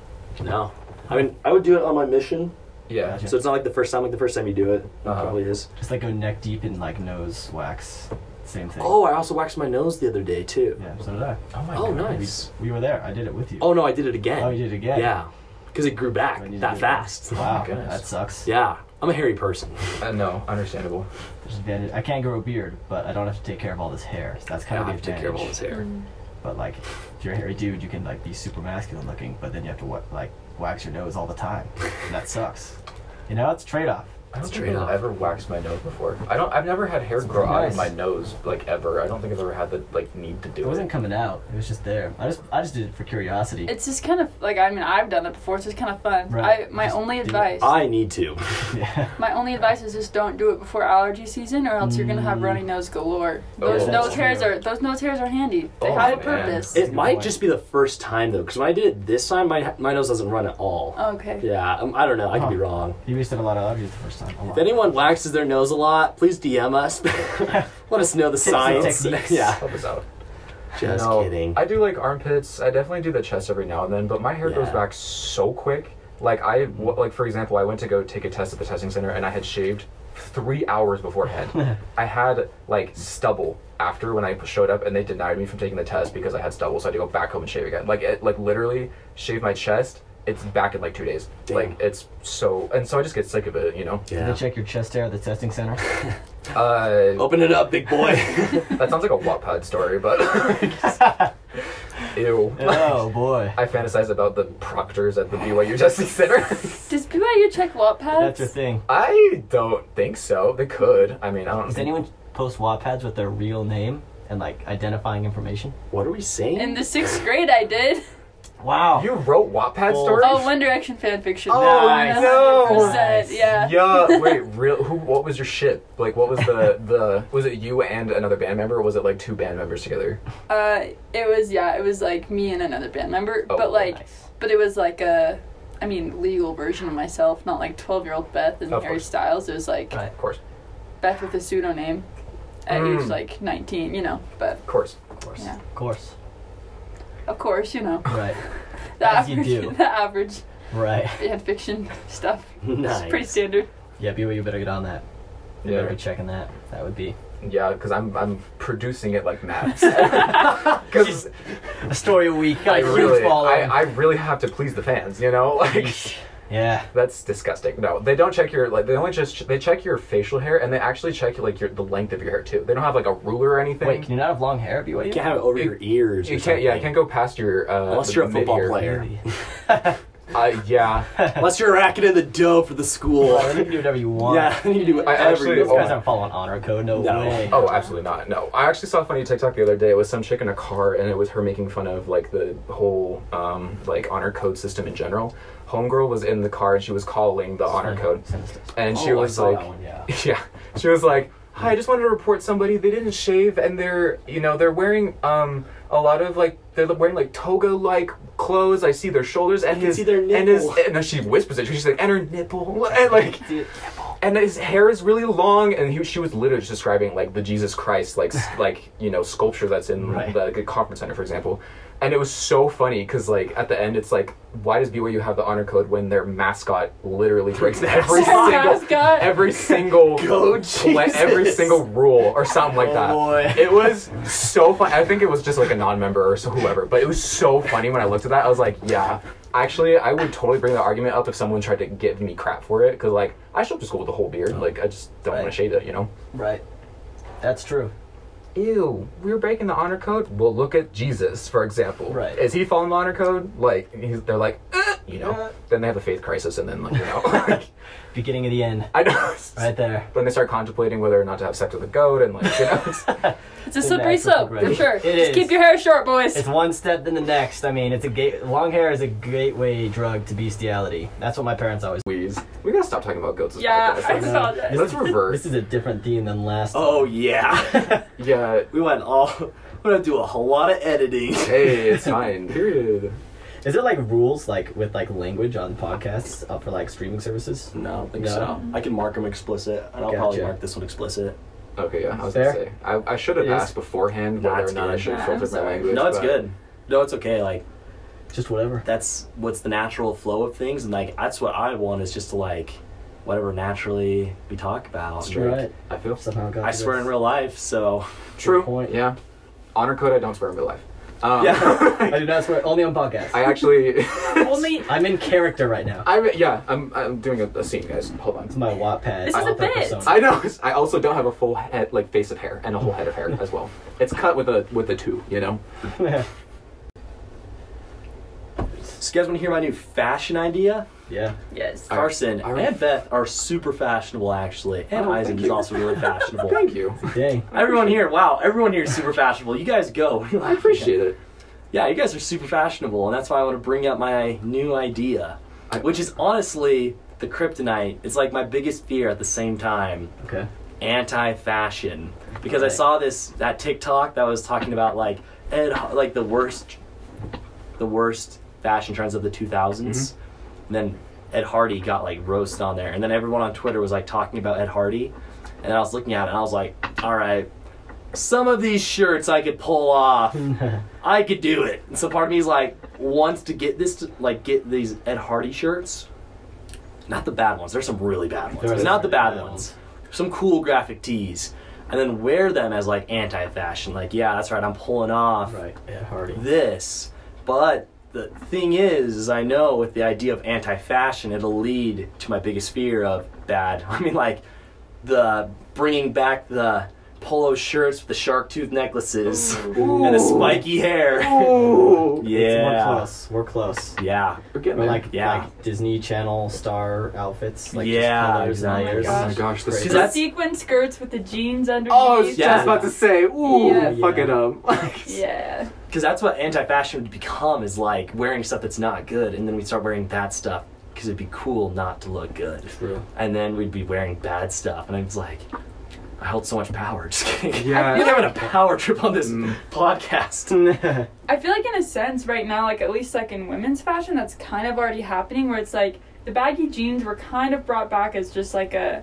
C: No, I mean I would do it on my mission,
A: Yeah.
D: Gotcha.
C: so it's not like the first time. Like the first time you do it, it
A: Uh-huh.
C: probably is.
D: Just like go neck deep in like nose wax. Same thing.
C: Oh, I also waxed my nose the other day too.
D: Yeah, so did I.
A: Oh my
C: Oh,
A: god.
D: We,
C: nice.
D: we were there. I did it with you.
C: Oh no, I did it again.
D: Oh, you did it again.
C: Yeah, because it grew back
D: When you
C: that
D: did it.
C: fast. Oh,
D: Wow,
A: goodness.
D: that sucks.
C: Yeah, I'm a hairy person.
A: Uh, no, understandable.
D: There's advantage. I can't grow a beard, but I don't have to take care of all this hair. So that's
C: I
D: kind
C: have
D: of the
C: to
D: advantage.
C: take care of all this hair.
B: Mm.
D: But like, if you're a hairy dude, you can like be super masculine looking, but then you have to wa- like wax your nose all the time. And that sucks. You know, it's a trade-off.
A: I don't
G: Straight
A: think I've
G: up.
A: ever waxed my nose before. I don't. I've never had hair grow out of
D: nice.
A: my nose like ever. I don't think I've ever had the like need to do
D: It wasn't coming out. It was just there. I just I just did it for curiosity.
B: It's just kind of like I mean I've done it before. It's just kind of fun.
D: Right.
B: I, my
D: Just
B: only
D: do it.
B: advice.
G: I need to.
D: yeah.
B: my only advice is just don't do it before allergy season, or else you're gonna have runny nose galore. Those
A: Mm. Oh,
B: nose
A: that's
B: hairs
A: true.
B: are those nose hairs are handy. They
A: Oh,
B: have a
A: man.
B: purpose.
G: It might
D: point.
G: just be the first time though, because when I did it this time, my my nose doesn't run at all.
B: okay.
G: yeah, um, I don't know. I could be
D: Huh.
G: wrong.
D: You wasted a lot of allergies the first time. Oh, A lot.
G: If anyone waxes their nose a lot, please DM us. Let us know the
D: and
G: science.
D: techniques.
G: yeah,
A: Help us out.
G: just
A: No,
G: kidding.
A: I do like armpits. I definitely do the chest every now and then, but my hair goes
G: Yeah.
A: back so quick. Like I, w- like for example, I went to go take a test at the testing center, and I had shaved three hours beforehand. I had like stubble after when I showed up, and they denied me from taking the test because I had stubble, so I had to go back home and shave again. Like, it, like literally, shave my chest. It's back in like two days.
G: Damn.
A: Like it's so, and so I just get sick of it, you know.
D: Did
G: yeah.
D: they check your chest hair at the testing center?
A: Uh,
G: Open it up, big boy.
A: That sounds like a Wattpad story, but ew.
D: oh boy.
A: I fantasize about the proctors at the BYU Justice Center.
B: Does BYU check Wattpads?
D: That's your thing.
A: I don't think so. They could. I mean, I don't.
D: Does anyone post Wattpads with their real name and like identifying information?
G: what are we saying?
B: In the sixth grade, I did.
D: Wow.
A: You wrote Wattpad
D: Oh.
A: stories?
B: Oh, One Direction fan fiction.
A: Oh,
D: Nice.
A: no!
B: 100%, Yeah.
A: Yeah. Wait. Real. Who? What was your shit? Like, what was the the? Was it you and another band member, or was it like two band members together?
B: Uh, it was yeah, it was like me and another band member,
A: Oh,
B: but like,
D: nice.
B: but it was like a, I mean, legal version of myself, not like twelve year old Beth and
A: Of
B: Harry
A: course.
B: Styles. It was like
D: Right.
A: Of course.
B: Beth with a pseudonym, at
A: Mm.
B: age like nineteen, you know. But
A: Of course. Of course.
B: Yeah.
D: Of course.
B: of course, you know
D: Right.
B: the
D: As you
B: average,
D: do.
B: the average
D: Right.
B: fan fiction stuff.
G: nice.
B: It's pretty standard.
D: Yeah, BYU, you better get on that. You better
A: Yeah.
D: be checking that. That would be
A: Yeah. Because I'm I'm producing it like mad. Because
D: a story a week.
A: I really I, I really have to please the fans. You know, like.
D: yeah.
A: That's disgusting. No, they don't check your like. They only just they check your facial hair, and they actually check like your the length of your hair too. They don't have like a ruler or anything.
D: Wait, can you not have long hair at BYU?
G: You can't have it over
A: You-
G: your ears. or
A: you can't. Yeah, it
G: something.
A: can't go past your. Uh,
G: Unless
A: the
G: you're a football
A: mid-ear.
G: player.
A: Uh, yeah.
G: Unless you're racking in the dough for the school.
D: Well, then you can do whatever you want.
G: yeah, you do
A: I
G: whatever
A: actually-
G: you
D: These guys
G: want.
D: aren't following honor code. No,
G: No.
D: way.
A: Oh, absolutely not. No, I actually saw a funny TikTok the other day. It was some chick in a car, and it was her making fun of like the whole um, like honor code system in general. Homegirl was in the car, and she was calling the honor code,
D: Sinister.
A: and she
G: Oh, I
A: was
G: saw
A: like,
G: that one, yeah.
A: Yeah. She was like, Hi, I just wanted to report somebody. They didn't shave and they're you know, they're wearing um a lot of like they're wearing like toga like clothes. I see their shoulders and
G: can
A: his
G: see their
A: and his
G: nipple.
A: and then she whispers it. She's like, and her nipple and like and his hair is really long and he, she was literally just describing like the Jesus Christ like s- like you know sculpture that's in
D: Right.
A: the, the conference center for example and it was so funny because like at the end it's like why does BYU have the honor code when their mascot literally breaks every
B: Their
A: single
B: mascot.
A: every single
G: Go,
A: pla- every
G: Jesus.
A: single rule or something like that
G: boy.
A: it was so fun I think it was just like a non-member or so whoever but it was so funny when I looked at that I was like yeah actually I would totally bring that argument up if someone tried to give me crap for it because like I show up to school with a whole beard like I just don't want
D: Right.
A: to shave it you know
D: Right. That's true.
A: ew, we were breaking the honor code. Well, look at Jesus, for example.
D: Right.
A: Is he following the honor code? Like, he's, they're like, "Eh," you know.
D: Yeah.
A: Then they have a faith crisis, and then like, you know,
D: Beginning of the end.
A: I know.
D: Right there.
A: Then they start contemplating whether or not to have sex with a goat, and like, you know, it's-
B: It's a
D: The
B: slippery
D: natural
B: slope for
D: progression.
B: sure.
D: It
B: just
D: is.
B: keep your hair short, boys.
D: It's one step then the next. I mean, it's a gate. Long hair is a gateway drug to bestiality. That's what my parents always.
A: wheeze. We gotta stop talking about goats. as
B: Yeah,
A: podcasts.
B: I
A: Let's-
B: saw that.
A: Let's reverse.
D: This is a different theme than last.
G: Oh yeah,
A: yeah.
G: we went all. We're gonna do a whole lot of editing.
A: Hey, it's fine. Period.
D: Is there like rules like with like language on podcasts uh, for like streaming services?
G: No, I don't think
D: No.
G: so. I can mark them explicit, and I'll
D: Gotcha.
G: probably mark this one explicit.
A: Okay, yeah. I was
D: Fair.
A: gonna say I, I should have
D: It is.
A: asked beforehand
G: Nah,
A: whether
G: it's
A: or not I
G: good.
A: should
B: Nah,
A: have
B: I'm
A: filtered my
B: sorry.
A: language.
G: No, it's
A: but-
G: good. No, it's okay. Like
D: Just whatever.
G: that's what's the natural flow of things, and like that's what I want is just to like whatever naturally we talk about.
A: true.
G: Like,
D: Right.
A: I feel
D: Somehow got
G: I
D: to
G: swear
D: this.
G: in real life, so
A: true.
D: point.
A: Yeah. Honor code. I don't swear in real life. Um,
D: I do not swear. Only on podcasts.
A: I actually.
B: Only
D: I'm in character right now.
A: I yeah, I'm I'm doing a, a scene, guys. Hold
D: It's
A: on.
D: my Wattpad.
B: This is a
D: author
B: bit.
D: persona.
A: I know. I also don't have a full head, like face of hair, and a whole head of hair as well. It's cut with a with a two, you know.
G: So you guys want to hear my new fashion idea?
D: Yeah.
B: Yes.
G: Carson and Beth are super fashionable, actually, and
A: Oh,
G: Eisen
A: thank
G: is
A: you.
G: also really fashionable.
A: Thank you.
D: Dang.
G: everyone here, wow, everyone here is super fashionable. You guys go.
A: I appreciate it.
G: Yeah, you guys are super fashionable, and that's why I want to bring up my new idea, which is honestly the kryptonite. It's like my biggest fear at the same time
D: Okay.
G: anti-fashion because I
D: Right.
G: saw this that TikTok that was talking about like Ed, like the worst, the worst fashion trends of the 2000s.
D: Mm-hmm.
G: And then Ed Hardy got like roasted on there, and then everyone on Twitter was like talking about Ed Hardy, and I was looking at it and I was like, all right, some of these shirts I could pull off. I could do it. And so part of me is like wants to get this, to, like get these Ed Hardy shirts. Not the bad ones. There's some really bad ones.
D: There
G: But
D: are
G: not the
D: some
G: bad
D: bad
G: ones. Some cool graphic tees, and then wear them as like anti-fashion. Like yeah, that's right. I'm pulling off
D: right. Ed Hardy.
G: this. But the thing is, is I know with the idea of anti-fashion, it'll lead to my biggest fear of bad. I mean, like the bringing back the polo shirts with the shark tooth necklaces and the spiky hair.
D: It's- We're
G: yeah,
D: close. We're close.
G: yeah,
A: We're getting
D: Or
A: there.
D: like
G: Yeah.
D: like Disney Channel star outfits. Like
G: Yeah,
D: Just colors and
G: exactly.
D: layers.
A: oh my gosh, this
D: Crazy.
A: is.
B: The
G: that's-
B: sequin skirts with the jeans underneath.
A: Oh, I was
G: Yeah.
A: just about to say, ooh,
B: Yeah.
A: fuck it up.
B: Yeah.
G: because that's what anti-fashion would become is like wearing stuff that's not good, and then we start wearing bad stuff because it'd be cool not to look good.
D: True.
G: and then we'd be wearing bad stuff. And I was like, I held so much power. Just kidding.
A: Yeah.
G: I feel like I'm having a power trip on this
A: Mm.
G: podcast.
B: I feel like in a sense right now, like at least like in women's fashion, that's kind of already happening where it's like the baggy jeans were kind of brought back as just like a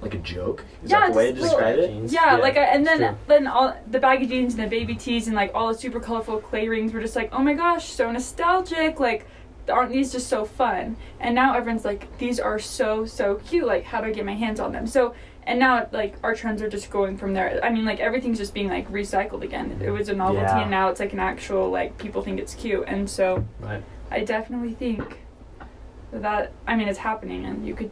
G: Like a joke? Is
B: Yeah,
G: that the way to
B: just little-
G: describe it?
D: Jeans.
B: yeah, like a, and
D: it's
B: then then all the baggy jeans and the baby tees and like all the super colorful clay rings were just like oh my gosh so nostalgic like aren't these just so fun and now everyone's like these are so so cute like how do I get my hands on them so and now like our trends are just going from there I mean like everything's just being like recycled again it was a novelty
G: Yeah.
B: and now it's like an actual like people think it's cute and so
D: Right.
B: I definitely think that I mean it's happening and you could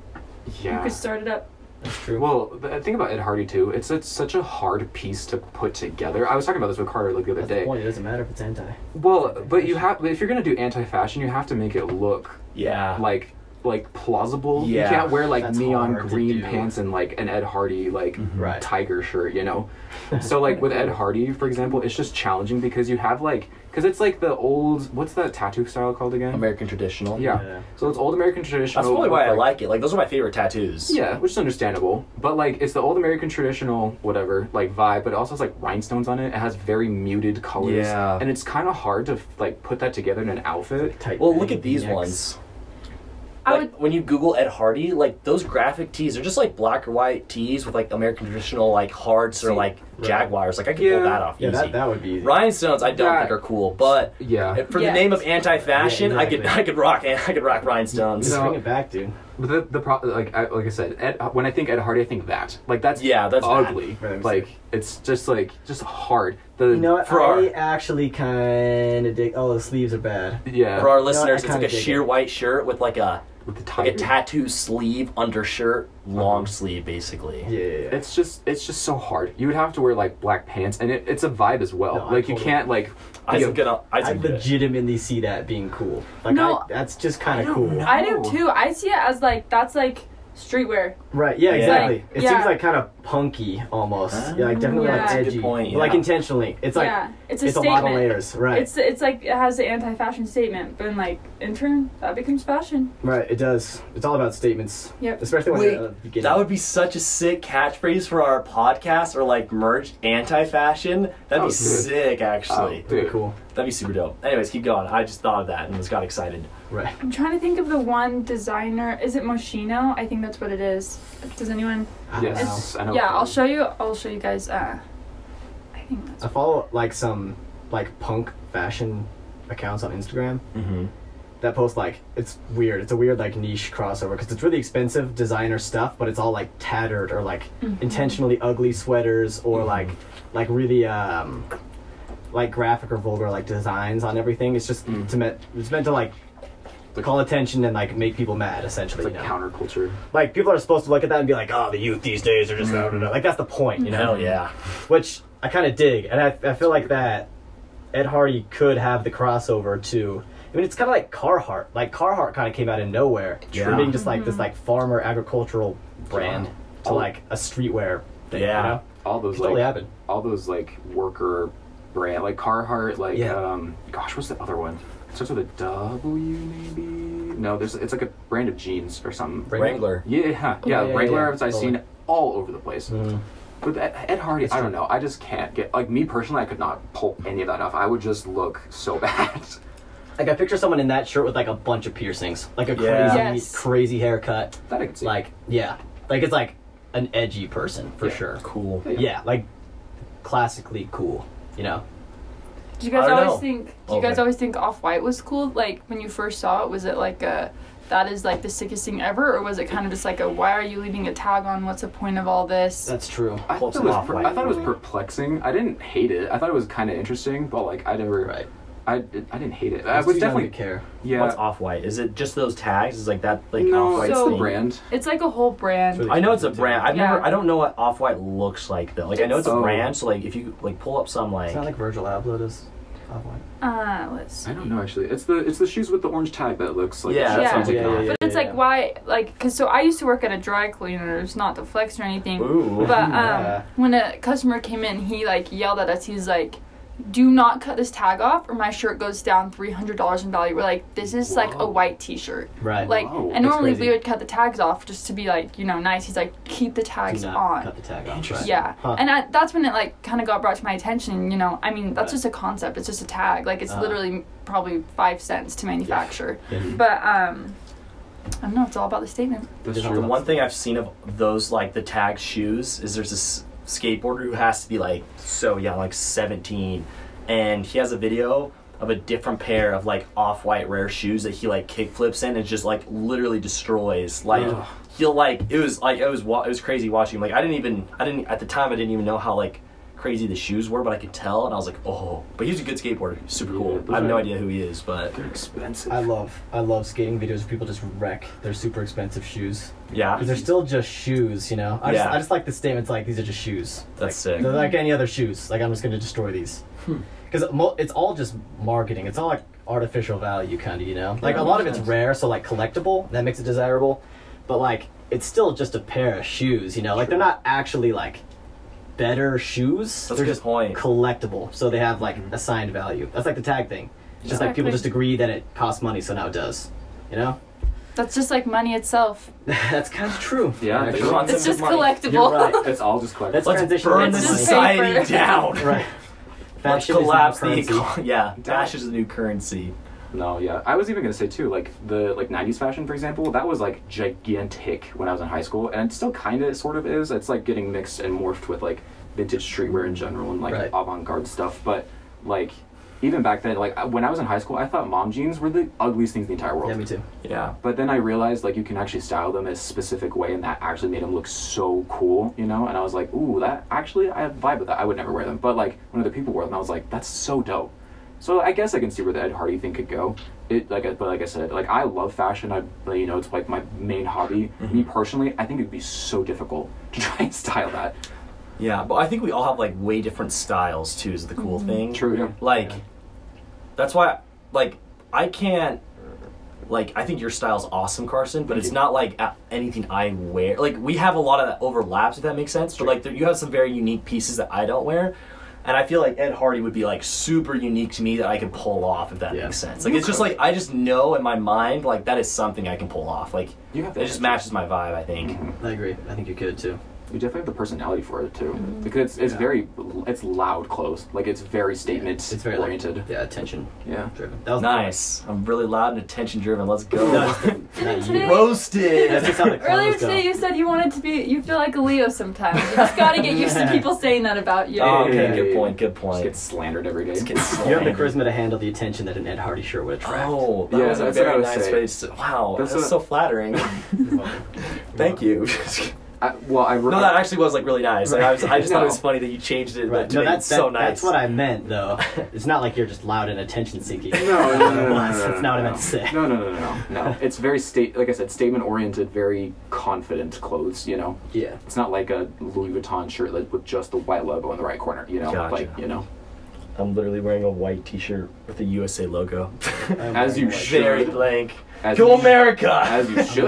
B: you
A: yeah.
B: could start it up
D: That's true.
A: Well, the thing about Ed Hardy too, it's it's such a hard piece to put together. I was talking about this with Carter like the other
D: That's the
A: day.
D: point. It doesn't matter if it's anti.
A: Well, but you have if you're gonna do anti-fashion, you have to make it look
G: Yeah.
A: like like plausible.
G: Yeah.
A: You can't wear like
D: That's
A: neon
D: hard to
A: green
D: do.
A: pants and like an Ed Hardy like
G: Mhm.
D: Right.
A: tiger shirt, you know. so like with Ed Hardy, for example, it's just challenging because you have like because it's like the old what's that tattoo style called again?
G: American traditional.
A: Yeah.
D: Yeah.
A: So it's old American traditional.
G: That's probably why I
A: with,
G: like it. Like, those are my favorite tattoos.
A: Yeah, which is understandable. But like it's the old American traditional whatever, like vibe, but it also has like rhinestones on it. It has very muted colors.
G: Yeah.
A: And it's kinda hard to like put that together in an outfit.
D: Tight
G: Well, look at these
D: necks.
G: ones.
B: I
G: Like,
B: would
G: when you Google Ed Hardy, like those graphic tees are just like black or white tees with like American traditional like hearts or like jaguars. Like I could
A: Yeah.
G: pull that off
D: Yeah,
G: easy.
D: that, that would be easy.
G: Rhinestones, I don't
A: Yeah.
G: think are cool, but
A: Yeah.
G: for
B: Yeah.
G: the name of anti-fashion,
D: Yeah,
G: I could I
D: exactly.
G: could rock I could rock rhinestones.
D: Just
A: No.
D: bring it back, dude.
A: But the, the pro- like I, like I said, Ed, when I think Ed Hardy, I think that like that's
G: Yeah, that's bad.
A: ugly.
D: Right, I'm
A: like
D: sorry.
A: it's just like just hard. The
D: You know what?
G: For
D: I
G: our-
D: actually kind of dig. Oh, the sleeves are bad.
A: yeah
G: For our
D: what?
G: listeners,
D: I
G: it's like
D: kinda
G: a
D: dig
G: sheer
D: it.
G: white shirt with like a
A: with the tiger.
G: like a tattoo sleeve undershirt, long sleeve basically.
D: Yeah. yeah, yeah.
A: it's just it's just so hard. You would have to wear like black pants, and it, it's a vibe as well.
D: No, I
A: like you
D: totally-
A: can't like
G: I
A: be
G: think
A: a-
G: gonna
D: I
G: I think
D: legitimately see that being cool. Like,
B: No,
D: I, that's just kind of cool.
B: I do
A: Oh.
B: too. I see it as like that's like streetwear.
D: Right? Yeah,
G: Yeah. Ah,
D: exactly.
B: Like,
D: it
B: yeah.
D: seems like kind of punky almost. yeah, like definitely
B: Yeah.
D: like
B: That's a
G: good
D: edgy,
G: point,
D: but, like
G: yeah.
D: intentionally. It's like
B: yeah, it's a
D: it's a
B: statement.
D: lot of layers. Right?
B: It's it's like it has the anti-fashion statement, but in, like in turn that becomes fashion.
D: right. It does. It's all about statements.
B: Yep.
D: Especially when
G: Wait,
D: you're at the beginning.
G: that would be such a sick catchphrase for our podcast or like merch anti-fashion. That'd
A: Oh,
G: be
A: dude.
G: sick actually.
A: Oh,
D: That'd
A: dude.
D: be cool.
G: That'd be super dope. Anyways, keep going. I just thought of that and was got excited.
D: Right.
B: I'm trying to think of the one designer. Is it Moschino? I think that's what it is. Does anyone?
A: Yes, I know.
B: Yeah, I'll show you. I'll show you guys. Uh, I think that's.
D: I follow like some like punk fashion accounts on Instagram
G: Mm-hmm.
D: that post like it's weird. It's a weird like niche crossover because it's really expensive designer stuff, but it's all like tattered or like intentionally ugly sweaters or like like really um like graphic or vulgar like designs on everything. It's just to meant it's meant to like call attention and like make people mad essentially.
A: It's like
D: you know?
A: counterculture.
D: like people are supposed to look at that and be like, oh, the youth these days are just da, da, da." like that's the point, you know?
G: Hell yeah.
D: which I kind of dig, and I, I feel like that Ed Hardy could have the crossover to. I mean, it's kind of like Carhartt. Like Carhartt kind of came out of nowhere
C: True.
D: from being just like this like farmer agricultural brand to
A: Oh.
D: like a streetwear thing.
C: Yeah.
D: You know?
A: all those
D: It totally
A: like
D: happened.
A: all those like worker brand like Carhartt like
D: Yeah.
A: um gosh what's the other one it starts with a W maybe no there's it's like a brand of jeans or something
C: Wrangler.
A: yeah yeah,
D: yeah,
A: yeah,
D: yeah,
A: Wrangler
D: yeah.
A: I've seen all over the place
C: Mm-hmm.
A: but Ed, Ed Hardy I don't know I just can't get like me personally I could not pull any of that off I would just look so bad
D: Like I picture someone in that shirt with like a bunch of piercings, like a
H: Yeah.
D: crazy
B: Yes.
D: crazy haircut.
A: that I could see
D: Like yeah, like it's like an edgy person for
A: Yeah.
D: sure.
C: Cool.
A: Yeah.
D: Yeah, like classically cool. You know,
B: Do you guys
H: I don't
B: always
H: know.
B: think? Do you
C: Okay.
B: guys always think off white was cool? Like when you first saw it, was it like a that is like the sickest thing ever, or was it kind of just like a why are you leaving a tag on? What's the point of all this?
D: that's true.
A: I thought,
C: Close
A: it was
C: enough,
A: per-
C: like-
A: I thought it was perplexing. I didn't hate it. I thought it was kind of interesting, but like I never,
D: Right.
A: I, did, I didn't hate it. I was definitely
D: care.
A: yeah.
C: What's off white? Is it just those tags? Is like that like
A: no,
C: off white
A: it's
B: so-
A: the brand.
B: It's like a whole brand.
D: It's really-
C: I know it's a brand. I've
B: Yeah.
C: never. I don't know what off white looks like though. Like I know it's a
A: Oh.
C: brand. So like if you like pull up some like,
D: It's not like Virgil Abloh does.
B: Uh, let's. See.
A: I don't know actually. It's the it's the shoes with the orange tag that looks like
C: yeah,
B: Yeah.
C: that sounds like
D: Yeah, yeah,
C: off.
D: yeah.
B: But it's like why, like, cause so I used to work at a dry cleaners, not to flex or anything.
C: Ooh.
B: But um,
D: Yeah.
B: when a customer came in, he like yelled at us. He's like, "Do not cut this tag off, or my shirt goes down three hundred dollars in value." We're like, "This is like a
A: Whoa.
B: white T-shirt."
D: Right.
B: Like,
A: Whoa,
B: and
D: that's
B: normally
D: crazy.
B: we would cut the tags off just to be like, you know, nice. He's like, "Keep the
D: Do
B: tags
D: not
B: on."
D: Cut the tag off. Right.
C: Interesting.
B: Yeah,
D: Huh.
B: and I, that's when it like kind of got brought to my attention. You know, I mean, that's
D: Right.
B: just a concept. It's just a tag. Like it's
D: Uh.
B: literally probably five cents to manufacture.
D: Yeah.
B: But um, I don't know. It's all about the statement.
A: That's
D: Just
A: true.
C: The one thing I've seen of those like the tag shoes is there's this skateboarder who has to be like so young, like 17, and he has a video of a different pair of like off-white rare shoes that he like kickflips in and just like literally destroys. Like
A: Ugh.
C: he'll like it was like it was wa- it was crazy watching. him. Like I didn't even I didn't at the time I didn't even know how like crazy the shoes were, but I could tell and I was like oh. But he's a good skateboarder, super
A: Yeah,
C: cool.
A: those
C: I have no
A: are-
C: idea who he is, but
A: They're expensive.
D: I love I love skating videos where people just wreck their super expensive shoes.
C: yeah,
D: Because they're still just shoes, you know. I just
C: Mm. Yeah.
D: I just like the statements like these are just shoes.
C: that's sick.
D: They're like any other shoes. Like I'm just gonna destroy these.
C: Hmm.
D: Because mo- it's all just marketing. It's all like artificial value, kind of, you know. Like a lot of it's rare, so like collectible. That makes it desirable. But like it's still just a pair of shoes, you know. Like they're not actually like better shoes.
C: That's a
D: they're
C: good
D: just
C: point.
D: collectible, so they have like assigned value. That's like the tag thing. It's Just like people
B: Exactly.
D: just agree that it costs money, so now it does. You know.
B: That's just like money itself.
D: That's kind of true.
A: Yeah,
C: The
A: actually.
C: concept
B: It's
C: of
B: just
C: money.
B: collectible.
D: You're right.
A: It's all just collectible.
D: That's-
C: Let's
D: Transition
C: burn
D: into
C: the
D: money.
C: society
B: It's just
C: down.
D: Right.
C: Let's
D: Fashion is now
C: collapse the
D: currency.
C: eco- yeah. Dash is the new currency.
A: no, yeah. I was even gonna say too, like the like '90s fashion, for example, that was like gigantic when I was in high school, and it still kind of sort of is. It's like getting mixed and morphed with like vintage streetwear in general and like
D: Right.
A: avant-garde stuff. But like even back then, like I- when I was in high school, I thought mom jeans were the ugliest things in the entire world.
D: Yeah, me too.
C: Yeah.
A: But then I realized like you can actually style them a specific way, and that actually made them look so cool, you know. And I was like, ooh, that actually I vibe with that. I would never wear them, but like when other people wore them, I was like, that's so dope. So I guess I can see where the Ed Hardy thing could go. It like, I- but like I said, like I love fashion. I like, you know it's like my main hobby. Me personally, I think it'd be so difficult to try and style that.
C: Yeah, but I think we all have like way different styles too. Is the cool
D: Mm-hmm.
C: thing.
A: True. Yeah.
C: Like, that's why. Like, I can't. Like, I think your style's awesome, Carson, but it's not like a- anything I wear. Like, we have a lot of that overlaps, if that makes sense. But like, there, you have some very unique pieces that I don't wear. And I feel like Ed Hardy would be like super unique to me that I can pull off if that
D: Yeah.
C: makes sense. Like it's just like I just know in my mind like that is something I can pull off. Like
A: You have
C: it just
A: that.
C: matches my vibe. I think.
D: I agree. I think you could too.
A: You definitely have the personality for it too, because it's, it's very it's loud clothes. Like it's very statement
D: It's very like,
A: oriented.
D: yeah, attention
A: yeah.
D: driven. That was
C: Nice. I'm really loud and attention driven. Let's go.
D: Not, not you.
B: Today-
D: That's
C: Roasted.
D: just how
B: Earlier
D: the clowns
B: today,
D: go.
B: you said you wanted to be. You feel like a Leo sometimes. You just gotta get used to people saying that about you.
C: Oh, okay,
A: Hey.
C: good point. Good
A: Just
C: point.
A: get slandered every day.
D: You have the charisma to handle the attention that an Ed Hardy shirt would attract.
C: Oh, that
A: Yeah,
C: was a
A: that's what I
C: very
A: was
C: nice
A: saying.
C: way. To, wow, that's,
A: That's what-
C: so flattering. Thank you.
A: I, Uh, well, I re-
C: no, that actually was like really nice. Like, I, was, I just thought it was
D: No.
C: funny that you changed it.
D: Right.
C: Right.
D: No, that's
C: that's so
D: that-
C: nice.
D: That's what I meant, though. It's not like you're just loud and attention seeking.
A: No, no, no, no, no, no,
D: That's
A: no,
D: not what I
A: no.
D: meant to say.
A: No, no, no, no, no. no. It's very state, like I said, statement oriented, very confident clothes. You know,
D: Yeah.
A: it's not like a Louis Vuitton shirt like, with just the white logo in the right corner. You know,
C: Gotcha.
A: like you know,
C: I'm literally wearing a white T-shirt with the USA logo.
A: As you
H: Very
A: should.
H: blank.
A: As
C: Go
A: you,
C: America!
A: As you should.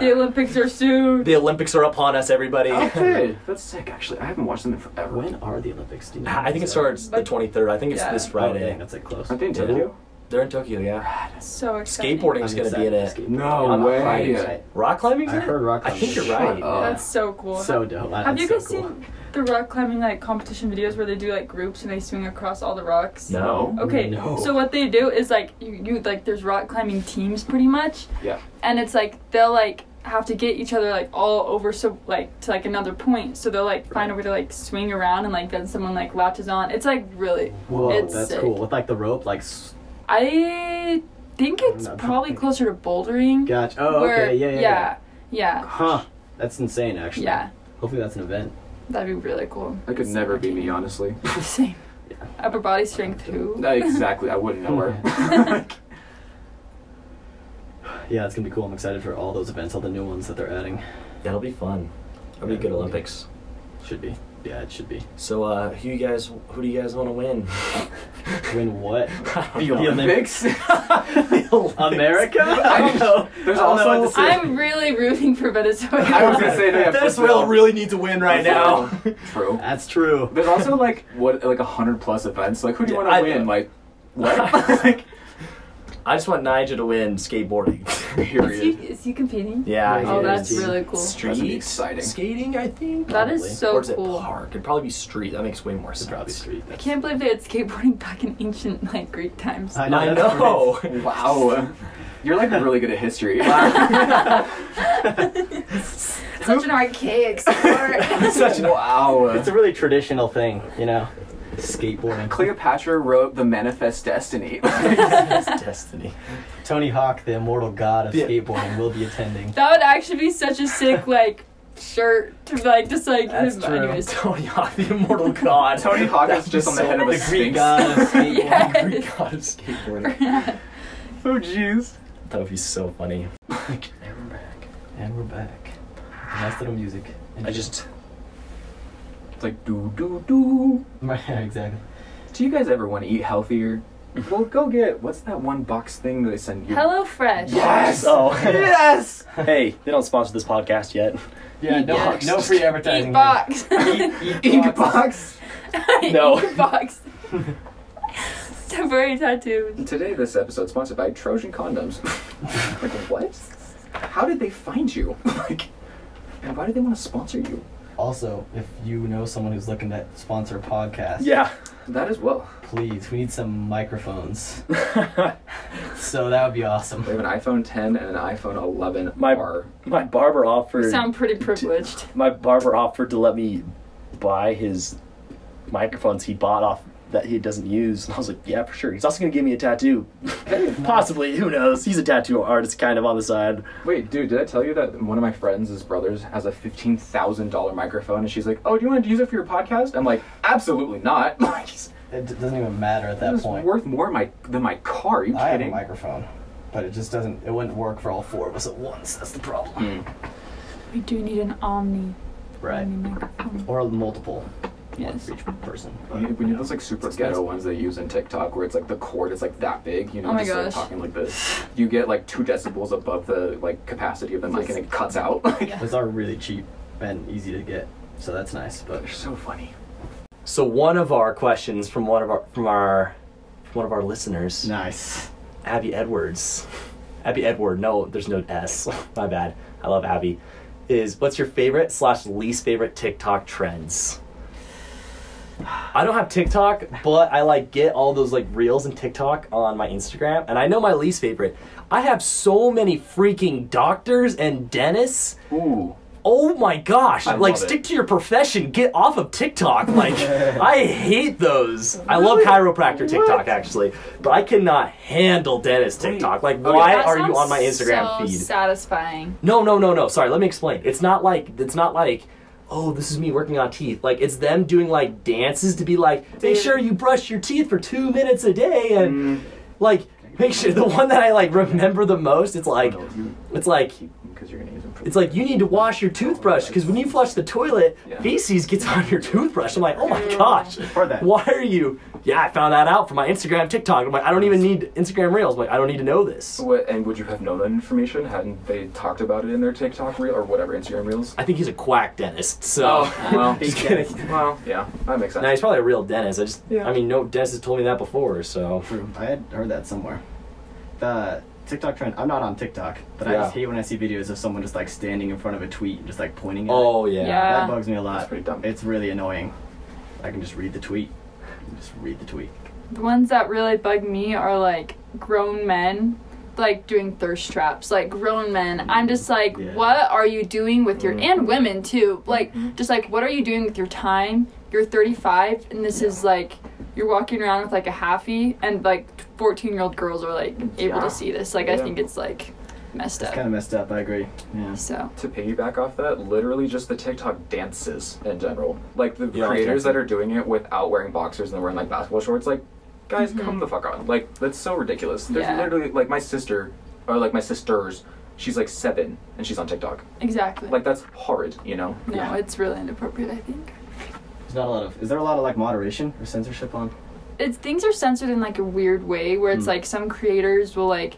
B: The Olympics are soon.
C: The Olympics are upon us, everybody.
A: Okay, that's sick. Actually, I haven't watched them in forever.
D: When are the Olympics? Do you know?
C: I think it starts the 23rd. I think it's
B: Yeah.
C: this
D: Oh, dang,
C: Friday.
D: that's like close.
A: Aren't they in
C: Yeah.
A: Tokyo?
C: They're in Tokyo, yeah.
B: So exciting.
C: Skateboarding is
D: I'm
C: going to be in
D: excited
C: it.
D: for skateboarding.
A: No
D: I'm
A: way.
D: excited, right?
C: Rock climbing's
D: I
C: in it?
D: heard rock.
C: I think
D: climbing.
C: you're right.
A: up.
B: That's so cool.
D: Oh. So dope.
B: Have you guys
D: so cool.
B: seen the rock climbing like competition videos where they do like groups and they swing across all the rocks?
C: No.
B: Okay,
D: No.
B: so what they do is like you, you like there's rock climbing teams pretty much.
A: Yeah.
B: And it's like they'll like have to get each other like all over so like to like another point. So they'll like find a way to like swing around and like then someone like latches on. It's like really
D: Whoa,
B: It's
D: that's
B: sick.
D: cool. With like the rope, like s-
B: I think it's
D: No, I'm
B: probably
D: thinking.
B: closer to bouldering.
D: gotch. Oh,
B: where-
D: okay, yeah, yeah, yeah.
B: Yeah.
D: Huh. That's insane, actually.
B: Yeah.
D: Hopefully that's an event.
B: That'd be really cool.
A: That could never be me, honestly.
B: Same. Upper body strength who?
A: No, exactly. I wouldn't know her.
D: Yeah, it's gonna be cool. I'm excited for all those events, all the new ones that they're adding.
C: That'll be fun. That'll be a good Olympics.
D: Should be. Yeah, it should be.
C: So, uh, who you guys? Who do you guys want to win?
D: Win what?
C: The
D: Olympics?
C: Olympics.
D: America? I don't know.
A: There's
D: I don't know
A: also-
D: what to say.
B: I'm really rooting for Venezuela.
A: I was gonna say that.
C: Venezuela really needs to win right now.
A: True.
D: That's true.
A: There's also like what like a hundred plus events. Like who do you want
C: I-
A: to win? Like
C: What? Like, I just want Nigel to win skateboarding.
B: Is he,
A: period.
B: is he competing?
C: yeah.
B: Oh,
D: Yeah,
B: that's
D: it's-
B: really cool.
C: Street
A: That'd be exciting.
C: skating, I think.
B: That is
D: probably.
B: so
C: or is it
B: cool.
C: park? It'd probably be street. That makes way more
D: It's
C: sense.
D: probably street.
B: I can't believe they had skateboarding back in ancient like Greek times.
D: I know.
C: I
D: that's
C: know.
A: Wow. You're like really good at history.
B: Such an archaic sport.
A: Such an wow.
D: It's a really traditional thing, you know. Skateboarding.
A: Cleopatra wrote the Manifest Destiny.
C: It's destiny.
D: Tony Hawk, the immortal god of
C: Yeah.
D: skateboarding, will be attending.
B: that would actually be such a sick like shirt to like just like
D: That's true.
B: anyways.
C: Tony Hawk, the immortal god.
A: Tony Hawk is just on the head of a
D: The
A: sphinx.
D: Greek god of skateboarding.
B: Yeah.
C: Greek god of skateboarding.
A: Oh jeez.
C: That would be so funny.
D: And we're back. Nice little music.
C: I just
A: It's like do do do.
D: Right, yeah, exactly.
A: Do you guys ever want to eat healthier? Well, go get what's that one box thing that they send you?
B: Hello Fresh.
A: Yes.
C: Oh.
A: yes.
C: hey, they don't sponsor this podcast yet.
D: Yeah, no,
B: Eatbox.
D: no free advertising.
B: Eat
D: here.
B: box.
A: Ink box.
C: No.
B: Eat box. Temporary tattoo.
A: Today, this episode is sponsored by Trojan Condoms. like what? How did they find you? like, and why do they want to sponsor you?
D: Also, if you know someone who's looking to sponsor a podcast,
C: Yeah.
A: That as well.
D: please, we need some microphones. so that would be awesome.
A: We have an iPhone 10 and an iPhone 11
C: My-
A: R.
C: My barber offered
B: Sound pretty privileged.
C: my barber offered to let me buy his microphones he bought off that he doesn't use. And I was like, yeah, for sure. He's also going to give me a tattoo. Possibly, who knows? He's a tattoo artist kind of on the side.
A: Wait, dude, did I tell you that one of my friends' his brothers has a fifteen thousand dollar microphone, and she's like, "Oh, do you want to use it for your podcast?" I'm like, "Absolutely not." like, it's-
D: It d- doesn't even matter at that
A: it's
D: point.
A: worth more my than my car. Are you
D: I have a
A: kidding?
D: microphone, but it just doesn't. It wouldn't work for all four of us at once. That's the problem.
B: We do need an omni.
D: Right.
B: omni microphone.
D: Or multiple
B: Yes.
D: for each person.
A: We need, we need those like super ghetto ones they use in TikTok where it's like the cord is like that big, you know,
B: Oh my
A: just like
B: gosh.
A: talking like this. You get like two decibels above the like capacity of the mic and it cuts out. Like,
D: Those are really cheap and easy to get, so that's nice. But
A: they're so funny.
C: So one of our questions from one of our from our from one of our listeners,
D: nice.
C: Abby Edwards. Abby Edward, no, there's no S. My bad. I love Abby. Is what's your favorite slash least favorite TikTok trends? I don't have TikTok, but I like get all those like reels and TikTok on my Instagram, and I know my least favorite. I have so many freaking doctors and dentists.
A: Ooh.
C: Oh my gosh!
A: I
C: like,
A: love it.
C: stick to your profession. Get off of TikTok. Like, I hate those. I love chiropractor TikTok actually, but I cannot handle dentist TikTok. Like, why
B: That
C: are you
B: sounds
C: on my Instagram
B: so
C: feed?
B: Satisfying.
C: no, no, no, no. Sorry, let me explain. It's not like it's not like. Oh, this is me working on teeth. Like it's them doing like dances to be like, make sure you brush your teeth for two minutes a day, and like make sure the one that I like remember the most. It's like, it's like
A: Because you're gonna use them for
C: it's like you need to wash your toothbrush because when you flush the toilet,
A: Yeah.
C: feces gets on your toothbrush. I'm like, oh my gosh,
D: Or that.
C: why are you? yeah, I found that out from my Instagram, TikTok. I'm like, I don't even need Instagram Reels. I'm like, I don't need to know this.
A: What, and would you have known that information hadn't they talked about it in their TikTok reel or whatever Instagram reels?
C: I think he's a quack dentist. So
B: Oh,
A: well,
C: just kidding.
A: well, yeah, that makes sense.
C: No, he's probably a real dentist. I just,
A: Yeah.
C: I mean, no dentist has told me that before. So
D: True. I had heard that somewhere. The TikTok trend. I'm not on TikTok, but I
C: Yeah.
D: just hate when I see videos of someone just like standing in front of a tweet and just like pointing. At
C: oh
B: Yeah.
D: it. that bugs me a lot.
A: That's pretty dumb.
D: It's really annoying. I can just read the tweet. Just read the tweet.
B: The ones that really bug me are like grown men, like doing thirst traps. Like grown men, I'm just like,
D: Yeah.
B: what are you doing with your and women too? Like,
C: Mm-hmm.
B: just like, what are you doing with your time? You're 35, and this is like, you're walking around with like a halfie, and like 14 year old girls are like able
A: Yeah.
B: to see this. Like, I
A: Yeah.
B: think it's like messed
D: It's
B: up.
D: kind of messed up. I agree. Yeah.
B: so
A: to piggyback off that, literally just the TikTok dances in general. Like the
C: Yeah,
A: creators
C: exactly.
A: that are doing it without wearing boxers and wearing like basketball shorts, like guys, come the fuck on. Like that's so ridiculous. There's
B: Mm-hmm. Yeah.
A: literally like my sister or like my sisters, she's like seven and she's on TikTok.
B: exactly.
A: Like that's horrid, you know?
B: no, it's really inappropriate. I think.
D: There's not a lot of. Is there a lot of like moderation or censorship on?
B: it's things are censored in like a weird way where
D: Hmm.
B: it's like some creators will like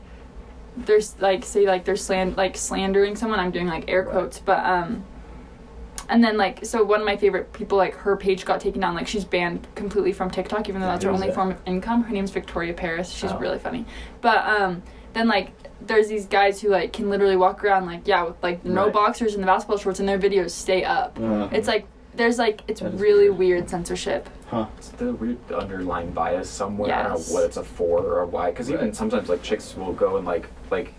B: there's like say like they're slan- like slandering someone i'm doing like air quotes but um and then like so one of my favorite people like her page got taken down like she's banned completely from tiktok even though that's her
D: who's
B: only
D: that?
B: form of income her name's victoria paris she's
C: Oh.
B: really funny but um then like there's these guys who like can literally walk around like yeah with like no
D: Right.
B: boxers and the basketball shorts and their videos stay up
D: Uh,
B: it's like there's like it's
D: That is
B: really
D: weird.
B: weird censorship
D: huh.
A: It's the weird underlying bias somewhere. I don't
B: Yes.
A: know what it's a for or why. Because even
D: Right.
A: sometimes like chicks will go and like like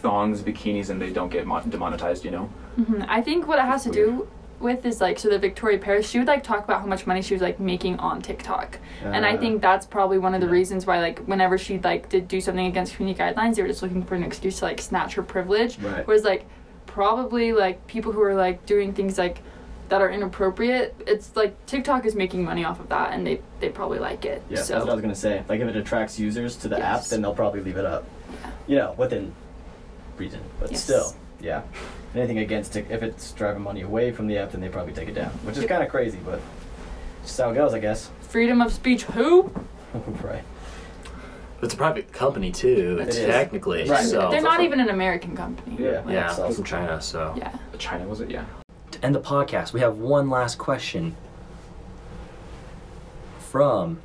A: thongs, bikinis, and they don't get mon- demonetized. You know?
B: Mhm. I think what it has to do with is like so the Victoria Paris she would like talk about how much money she was like making on TikTok. and I
D: Uh,
B: think that's probably one of the
D: yeah.
B: reasons why like whenever she like did do something against community guidelines they were just looking for an excuse to like snatch her privilege.
D: Right.
B: Whereas like probably like people who are like doing things like that are inappropriate it's like TikTok is making money off of that and they they probably like it.
D: Yeah,
B: so
D: that's what I was gonna say. Like, if it attracts users to the app,
B: Yes.
D: then they'll probably leave it up. You know, within reason, but
B: Yes.
D: still, yeah. Anything against it, if it's driving money away from the app, then they probably take it down, which is kind of crazy, but it's just how it goes, I guess.
B: freedom of speech who?
D: right.
I: It's a private company too,
D: It is.
I: technically.
D: Right.
I: So
B: They're not even an American company.
A: Yeah.
D: not-
I: yeah, it's from China. So
B: Yeah.
A: China was it? Yeah.
C: To end the podcast, we have one last question from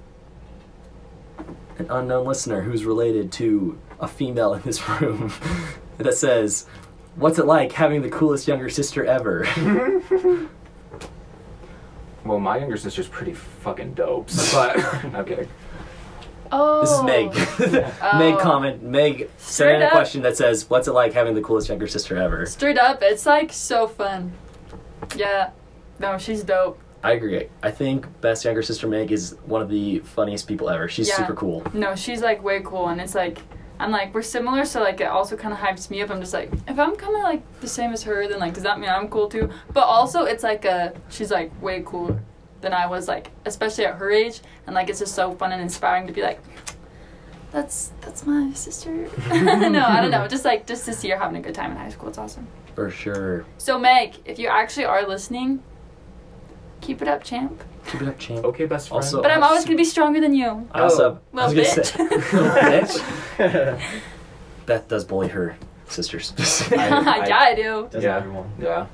C: an unknown listener who's related to a female in this room that says, What's it like having the coolest younger sister ever?
G: Well, my younger sister's pretty fucking dope. But I'm kidding.
B: Oh.
C: This is Meg. Meg
B: Oh.
C: comment. Meg
B: Straight
C: sent in a
B: up.
C: question that says, "What's it like having the coolest younger sister ever?"
B: Straight up, it's like so fun. Yeah. No, she's dope.
C: I agree. I think best younger sister Meg is one of the funniest people ever. She's
B: Yeah.
C: super cool.
B: No, she's like way cool, and it's like I'm like we're similar, so like it also kind of hypes me up. I'm just like if I'm kind of like the same as her, then like does that mean I'm cool too? But also it's like a she's like way cooler than I was like, especially at her age, and like it's just so fun and inspiring to be like. That's that's my sister. no, I don't know. Just like just to see her having a good time in high school, it's awesome.
C: For sure.
B: So Meg, if you actually are listening, keep it up, champ.
C: Keep it up, champ.
G: Okay, best friend.
C: Also-
B: But I'm always gonna be stronger than you.
C: I also,
B: Oh,
C: I was gonna
B: little
C: say,
B: bitch.
C: Little bitch. Beth does bully her sisters.
B: I, yeah, I do.
D: Doesn't
G: Yeah.
D: everyone?
G: yeah.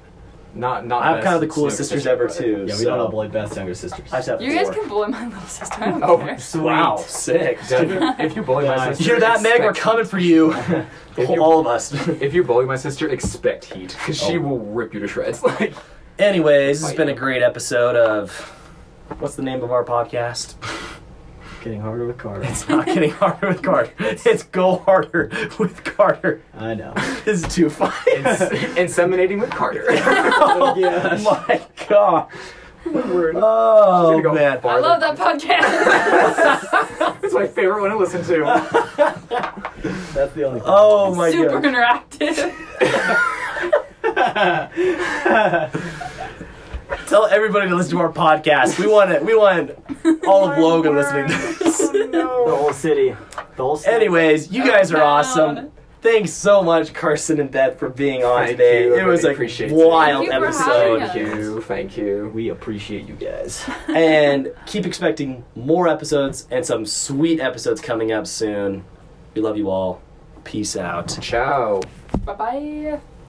G: Not not.
C: I have
G: best
C: kind of the coolest
G: younger
C: sisters
G: sister,
C: ever
G: but-
C: too.
D: Yeah, we
C: so-
D: don't all bully Beth's younger sisters.
C: I just have
B: You guys
C: four.
B: can bully my little sister. I don't
G: Oh,
B: care.
C: Wow, sick.
G: Yeah, if you bully my sister,
C: You hear that, Meg? We're
G: expect-
C: coming for you.
G: you-
C: all of us.
G: If you bully my sister, expect heat because she
C: Oh.
G: will rip you to shreds. Like
C: Anyways, this has
G: Fight.
C: been a great episode of what's the name of our podcast?
D: Getting harder with Carter.
C: It's not getting harder with Carter. It's go harder with Carter.
D: I know.
C: This is too funny.
G: inseminating with Carter.
D: oh, gosh.
C: my god. Oh
G: She's gonna go
C: man.
B: I
G: farther.
B: love that podcast.
G: It's my favorite one to listen to.
D: That's the only.
C: Oh my
B: Super
C: god.
B: interactive.
C: Tell everybody to listen to our podcast. We want it. We want all of Logan listening to this.
D: The whole city. The whole city.
C: Anyways, you guys are
B: Down.
C: awesome.
G: Thanks so much, Carson and Beth, for being on
D: Thank
G: today.
D: you,
G: It was
D: really
G: a
D: appreciate it.
G: wild
B: Thank you for having
G: episode.
B: us.
D: Thank you. Thank you.
G: We appreciate you guys. and keep expecting more episodes and some sweet episodes coming up soon. We love you all. Peace out.
D: Ciao.
B: Bye bye.